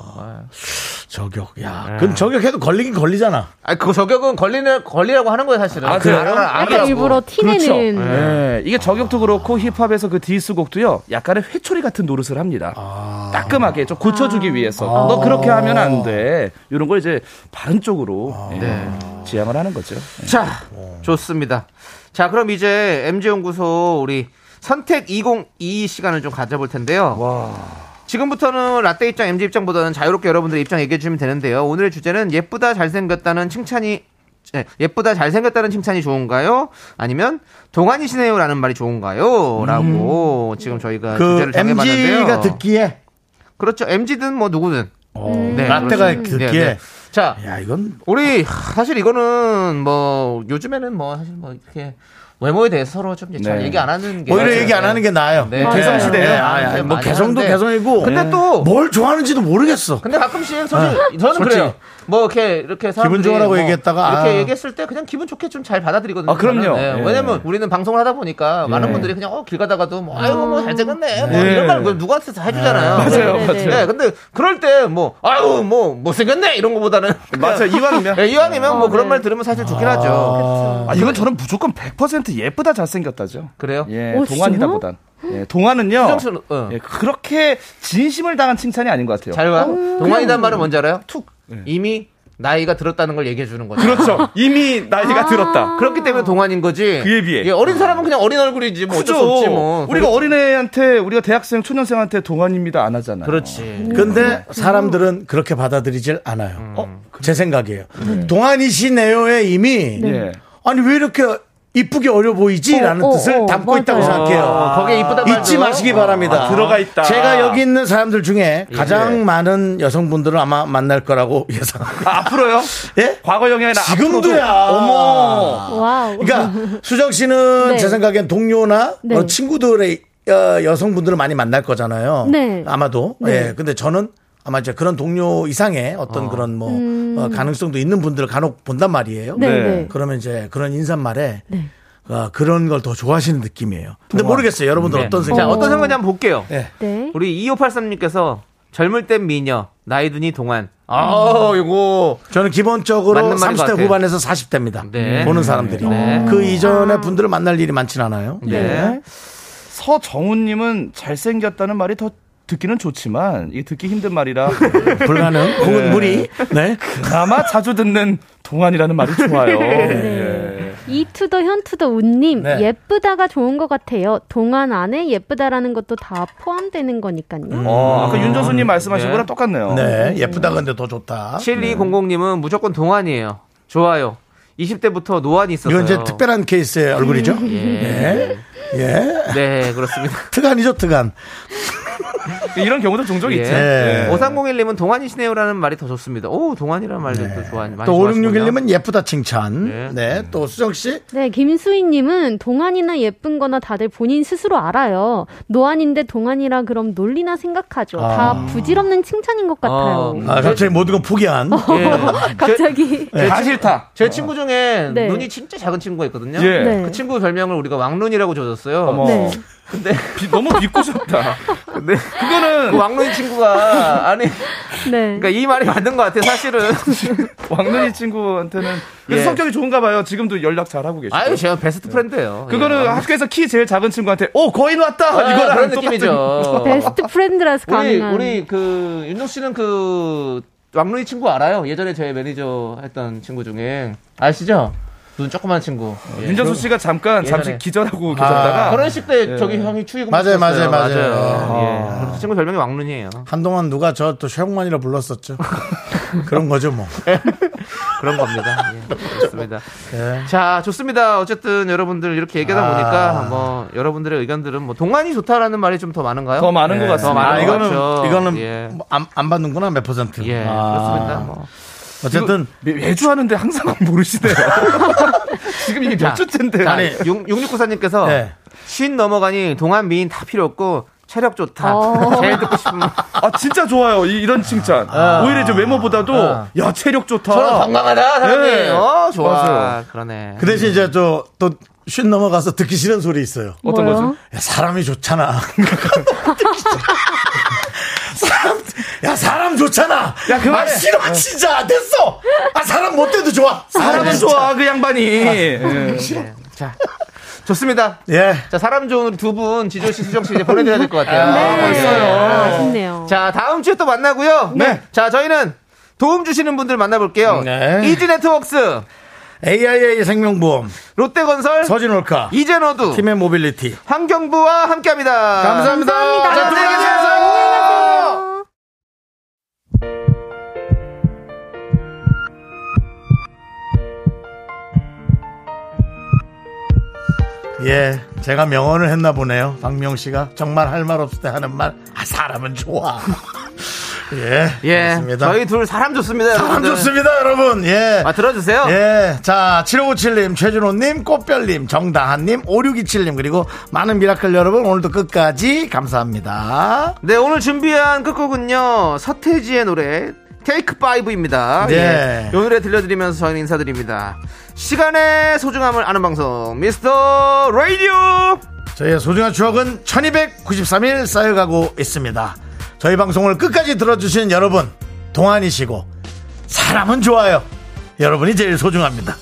B: 저격.
C: 예.
B: 야, 그건 저격해도 걸리긴 걸리잖아.
C: 아니, 그 저격은 걸리는 걸리라고 하는 거예요, 사실은.
I: 아, 그래요?
C: 안
G: 약간
C: 하라고.
G: 일부러 티내는.
I: 예. 이게 저격도 그렇고 힙합에서 그 디스 곡도요. 약간의 회초리 같은 노릇을 합니다. 아. 따끔하게 좀 고쳐주기 위해서. 너 그렇게 하면 안 돼. 이런 걸 이제 바른 쪽으로
B: 어.
I: 예,
C: 네.
I: 지향을 하는 거죠.
C: 자, 좋습니다. 자, 그럼 이제 MG 연구소 우리 선택 2022 시간을 좀 가져볼 텐데요. 지금부터는 라떼 입장, MG 입장보다는 자유롭게 여러분들의 입장 얘기해 주시면 되는데요. 오늘의 주제는 예쁘다 잘생겼다는 칭찬이 예, 예쁘다 잘생겼다는 칭찬이 좋은가요? 아니면 동안이시네요라는 말이 좋은가요? 라고 지금 저희가
B: 그
C: 주제를 정해봤는데요.
B: MG가 듣기에
C: 그렇죠. MG든 뭐 누구든. 네,
B: 라떼가
C: 그렇습니다.
B: 듣기에
C: 네, 네. 자,
B: 야 이건
C: 우리 하, 사실 이거는 뭐 요즘에는 뭐 사실 뭐 이렇게 외모에 대해서 서로 좀 잘
I: 네.
C: 얘기 안 하는 게
B: 오히려 뭐 얘기 안 하는 게 나아요.
C: 네.
B: 개성 시대예요.
C: 네,
B: 아, 아,
C: 네,
B: 뭐
C: 많이
B: 개성도
C: 하는데.
B: 개성이고 네.
C: 근데 또
B: 뭘 좋아하는지도 모르겠어.
C: 근데 가끔씩 사실
I: 네.
C: 저는 그래요. 뭐 이렇게 이렇게
B: 기분
C: 사람들이
B: 좋으라고
C: 뭐
B: 얘기했다가,
C: 이렇게
B: 아.
C: 얘기했을 때 그냥 기분 좋게 좀 잘 받아들이거든요.
I: 아, 그럼요.
C: 저는. 네,
I: 예.
C: 왜냐면 우리는 방송을 하다 보니까 많은 분들이 그냥 어 길 가다가도 뭐 아이고 뭐 잘생겼네 뭐 이런 말 그냥 누구한테 다 해주잖아요.
I: 예. 맞아요,
C: 네,
I: 맞아요.
C: 네, 근데 그럴 때 뭐 아이고 뭐 못생겼네 이런 거보다는
I: [laughs] 맞아요. 이왕이면.
C: 예, 이왕이면 뭐 그런
G: 네.
C: 말 들으면 사실 좋긴 하죠.
I: 아, 이건 저는 무조건 100% 예쁘다 잘생겼다죠.
C: 그래요?
I: 예,
G: 오,
I: 동안이다
G: 진짜요?
I: 보단. 예, 동안은요.
C: 수정씨는, 어.
I: 예, 그렇게 진심을 당한 칭찬이 아닌 것 같아요.
C: 잘 봐. 동안이란 말은 뭔지 알아요? 툭 이미 나이가 들었다는 걸 얘기해 주는 거죠.
I: 예. 그렇죠. 이미 나이가 들었다.
C: 그렇기 때문에 동안인 거지.
I: 그에 비해.
C: 예, 어린 사람은 그냥 어린 얼굴이지 뭐 어쩔 수 없지 뭐.
I: 우리가 어린애한테 우리가 대학생 초년생한테 동안입니다 안 하잖아요.
C: 그렇지.
B: 근데
C: 음.
B: 사람들은 그렇게 받아들이질 않아요. 어? 제 생각이에요.
C: 네.
B: 동안이시네요에 이미
I: 예.
B: 아니 왜 이렇게 이쁘게 어려 보이지라는
G: 어, 어,
B: 뜻을
G: 어,
B: 담고 있다고
G: 맞아요.
B: 생각해요.
C: 아, 거기에 이쁘다 말도.
B: 잊지 마시기 바랍니다.
I: 아, 들어가 있다. 예.
B: 제가 여기 있는 사람들 중에 가장 많은 여성분들을 아마 만날 거라고 [laughs] 예상합니다.
I: 아, 앞으로요?
B: 예?
I: 과거 영향이 나
B: 지금도야.
I: 어머.
G: 와우.
B: 그러니까 수정 씨는
G: 네.
B: 제 생각엔 동료나
G: 네.
B: 어, 친구들의 어, 여성분들을 많이 만날 거잖아요.
G: 네.
B: 아마도.
G: 네.
B: 예. 근데 저는 아마 이제 그런 동료 이상의 어떤 그런 뭐
G: 음.
B: 어, 가능성도 있는 분들을 간혹 본단 말이에요.
G: 네,
I: 네.
G: 네.
B: 그러면 이제 그런 인사말에 어, 그런 걸 더 좋아하시는 느낌이에요. 근데 모르겠어요. 여러분들
C: 네.
B: 어떤 예.
C: 자,
B: 생각?
C: 어떤 상관이 한번 볼게요.
G: 네.
C: 우리 2583님께서 젊을 땐 미녀, 나이 드니 동안.
B: 음.
C: 아, 이거
B: 저는 기본적으로
C: 맞는 말인 것
B: 30대
C: 같아요.
B: 후반에서 40대입니다.
C: 네.
B: 보는 사람들이.
C: 네.
B: 그 이전에 분들을 만날 일이 많진 않아요.
C: 네.
I: 서정훈님은 잘생겼다는 말이 더 듣기는 좋지만 이게 듣기 힘든 말이라
B: 예, 불가능 혹은
I: 네.
B: 무리. 네.
I: 그나마 자주 듣는 동안이라는 말이 [laughs] 좋아요. 예.
G: 이투더 현투더 운님
B: 네.
G: 예쁘다가 좋은 것 같아요. 동안 안에 예쁘다라는 것도 다 포함되는 거니까요.
I: 어, 아까 윤정수님 말씀하신
C: 네.
I: 거랑 똑같네요.
B: 네. 예쁘다 근데 더 좋다.
C: 7200님은 무조건 동안이에요. 좋아요. 20대부터 노안이 있었어요.
B: 이건 이제 특별한 케이스의 얼굴이죠. 예. 예.
C: 네, 그렇습니다.
B: [laughs] 특안이죠, 특안.
I: 이런 경우도 종종 있죠.
B: 예.
I: 예.
C: 5301님은 동안이시네요라는 말이 더 좋습니다. 오, 동안이라는 말도 또 좋아, 많이
B: 네. 또
C: 좋아하시군요.
B: 5661님은 예쁘다 칭찬.
C: 예.
B: 네. 또 수정씨.
G: 네, 김수희님은 동안이나 예쁜 거나 다들 본인 스스로 알아요. 노안인데 동안이라 그럼 논리나 생각하죠.
C: 아.
G: 다 부질없는 칭찬인 것 같아요.
B: 아, 갑자기 모든 건 포기한.
C: 예.
G: [laughs] 갑자기.
I: 네. 다 싫다.
C: 제 친구 중에
G: 네.
C: 눈이 진짜 작은 친구가 있거든요.
I: 예.
G: 네.
C: 그 친구 별명을 우리가 왕눈이라고 줘줬어요.
I: 어머.
G: 네.
C: 근데
I: 비- 너무 비꼬셨다.
C: 근데 그
I: 그거는
C: 왕눈이 친구가 아니
G: 네.
C: 그러니까 이 말이 맞는 것 같아
I: [laughs]
C: 사실은.
I: [laughs] 왕눈이 친구한테는 그래서
C: 예.
I: 성격이 좋은가 봐요. 지금도 연락 잘하고 계시고.
C: 아유 제가 베스트 프렌드예요.
I: 네. 그거는 학교에서 키 제일 작은 친구한테 오 거인 왔다
C: 예.
I: 이거랑
C: 아, 그런
I: 똑같은
C: 느낌이죠.
G: 베스트 프렌드라서
C: 우리
G: 가능한.
C: 우리 그 윤종 씨는 그 왕눈이 친구 알아요? 예전에 저희 매니저 했던 친구 중에 아시죠? 눈 조그만 친구. 예.
I: 윤정수 씨가 잠깐 잠시 예.
C: 예전에.
I: 기절하고
B: 아.
I: 계셨다가
C: 결혼식 때 저기 형이 추위금
B: 맞아요,
C: 맞췄어요.
B: 맞아요, 맞아요.
C: 예. 그래서 그 친구 별명이 왕눈이에요.
B: 한동안 누가 저 또 쉐영만이라
C: [laughs]
B: 불렀었죠. 그런 거죠, 뭐.
C: 그런 겁니다. 예,
I: [laughs]
C: 그렇습니다.
I: 네.
C: 자, 좋습니다. 어쨌든 여러분들 이렇게 얘기하다
I: 아.
C: 보니까 뭐 여러분들의 의견들은 뭐 동안이 좋다라는 말이 좀 더 많은가요?
I: 더 많은
C: 예,
I: 것 같습니다.
C: 더 많은
B: 아,
C: 것
B: 이거는,
C: 같죠.
B: 이거는
C: 예.
B: 뭐 안, 안 받는구나, 몇 퍼센트.
C: 예,
B: 아,
C: 그렇습니다. 뭐.
B: 어쨌든,
I: 매- 매주 하는데 항상 모르시네요. 지금 이게
C: 자,
I: 몇 주째인데.
C: 자,
I: 아니, 네.
B: 아니.
C: 6694님께서
B: 예.
C: 쉰 넘어가니 동안 미인 다 필요 없고 체력 좋다.
G: 어.
C: 제일 듣고 싶은 말.
I: [laughs] 아 진짜 좋아요. 이, 런 칭찬. 오히려 이제 외모보다도 야 체력 좋다.
C: 저는 건강하다 사람이.
I: 네.
C: 어, 좋아.
I: 맞아요.
C: 그러네.
B: 그 대신 이제 저, 또, 쉰 넘어가서 듣기 싫은 소리 있어요.
I: 어떤
G: 뭐요?
I: 거죠?
B: 야, 사람이 좋잖아. [laughs] 사람, 야, 사람 좋잖아.
I: 야, 그만해.
B: 아, 싫어, 진짜. 안 됐어. 아, 사람 못 돼도 좋아.
I: 사람은
B: 아, 진짜.
I: 좋아 그 양반이. 예.
C: 네. 자, 좋습니다.
B: 예.
C: 자, 사람 좋은 우리 두 분, 지조 씨, 수정 씨 이제 보내드려야 될 것 같아요.
G: 네. 아쉽네요.
C: 자, 다음 주에 또 만나고요.
I: 네.
C: 자, 저희는 도움 주시는 분들 만나볼게요.
B: 네.
C: 이지 네트웍스,
B: AIA 생명보험,
C: 롯데건설
B: 서진올카,
C: 이젠어두
B: 팀의 모빌리티.
C: 환경부와 함께합니다.
B: 감사합니다.
G: 감사합니다.
B: 자,
C: 자,
B: 두
C: 안녕히
B: 분의
C: 계세요.
B: 예, 제가 명언을 했나 보네요. 박명 씨가 정말 할 말 없을 때 하는 말, 아, 사람은 좋아. [laughs] 예,
C: 예,
B: 그렇습니다.
C: 저희 둘 사람 좋습니다.
B: 사람
C: 여러분들.
B: 좋습니다, 여러분. 예.
C: 아 들어주세요.
B: 예. 자, 7557님, 최준호님, 꽃별님, 정다한님, 5627님, 그리고 많은 미라클 여러분, 오늘도 끝까지 감사합니다.
C: 네 오늘 준비한 끝곡은요 서태지의 노래 테이크 5입니다.
B: 네.
C: 예, 이 노래 들려드리면서 저희는 인사드립니다. 시간의 소중함을 아는 방송 미스터 라디오.
B: 저희의 소중한 추억은 1293일 쌓여가고 있습니다. 저희 방송을 끝까지 들어주신 여러분, 동안이시고, 사람은 좋아요. 여러분이 제일 소중합니다.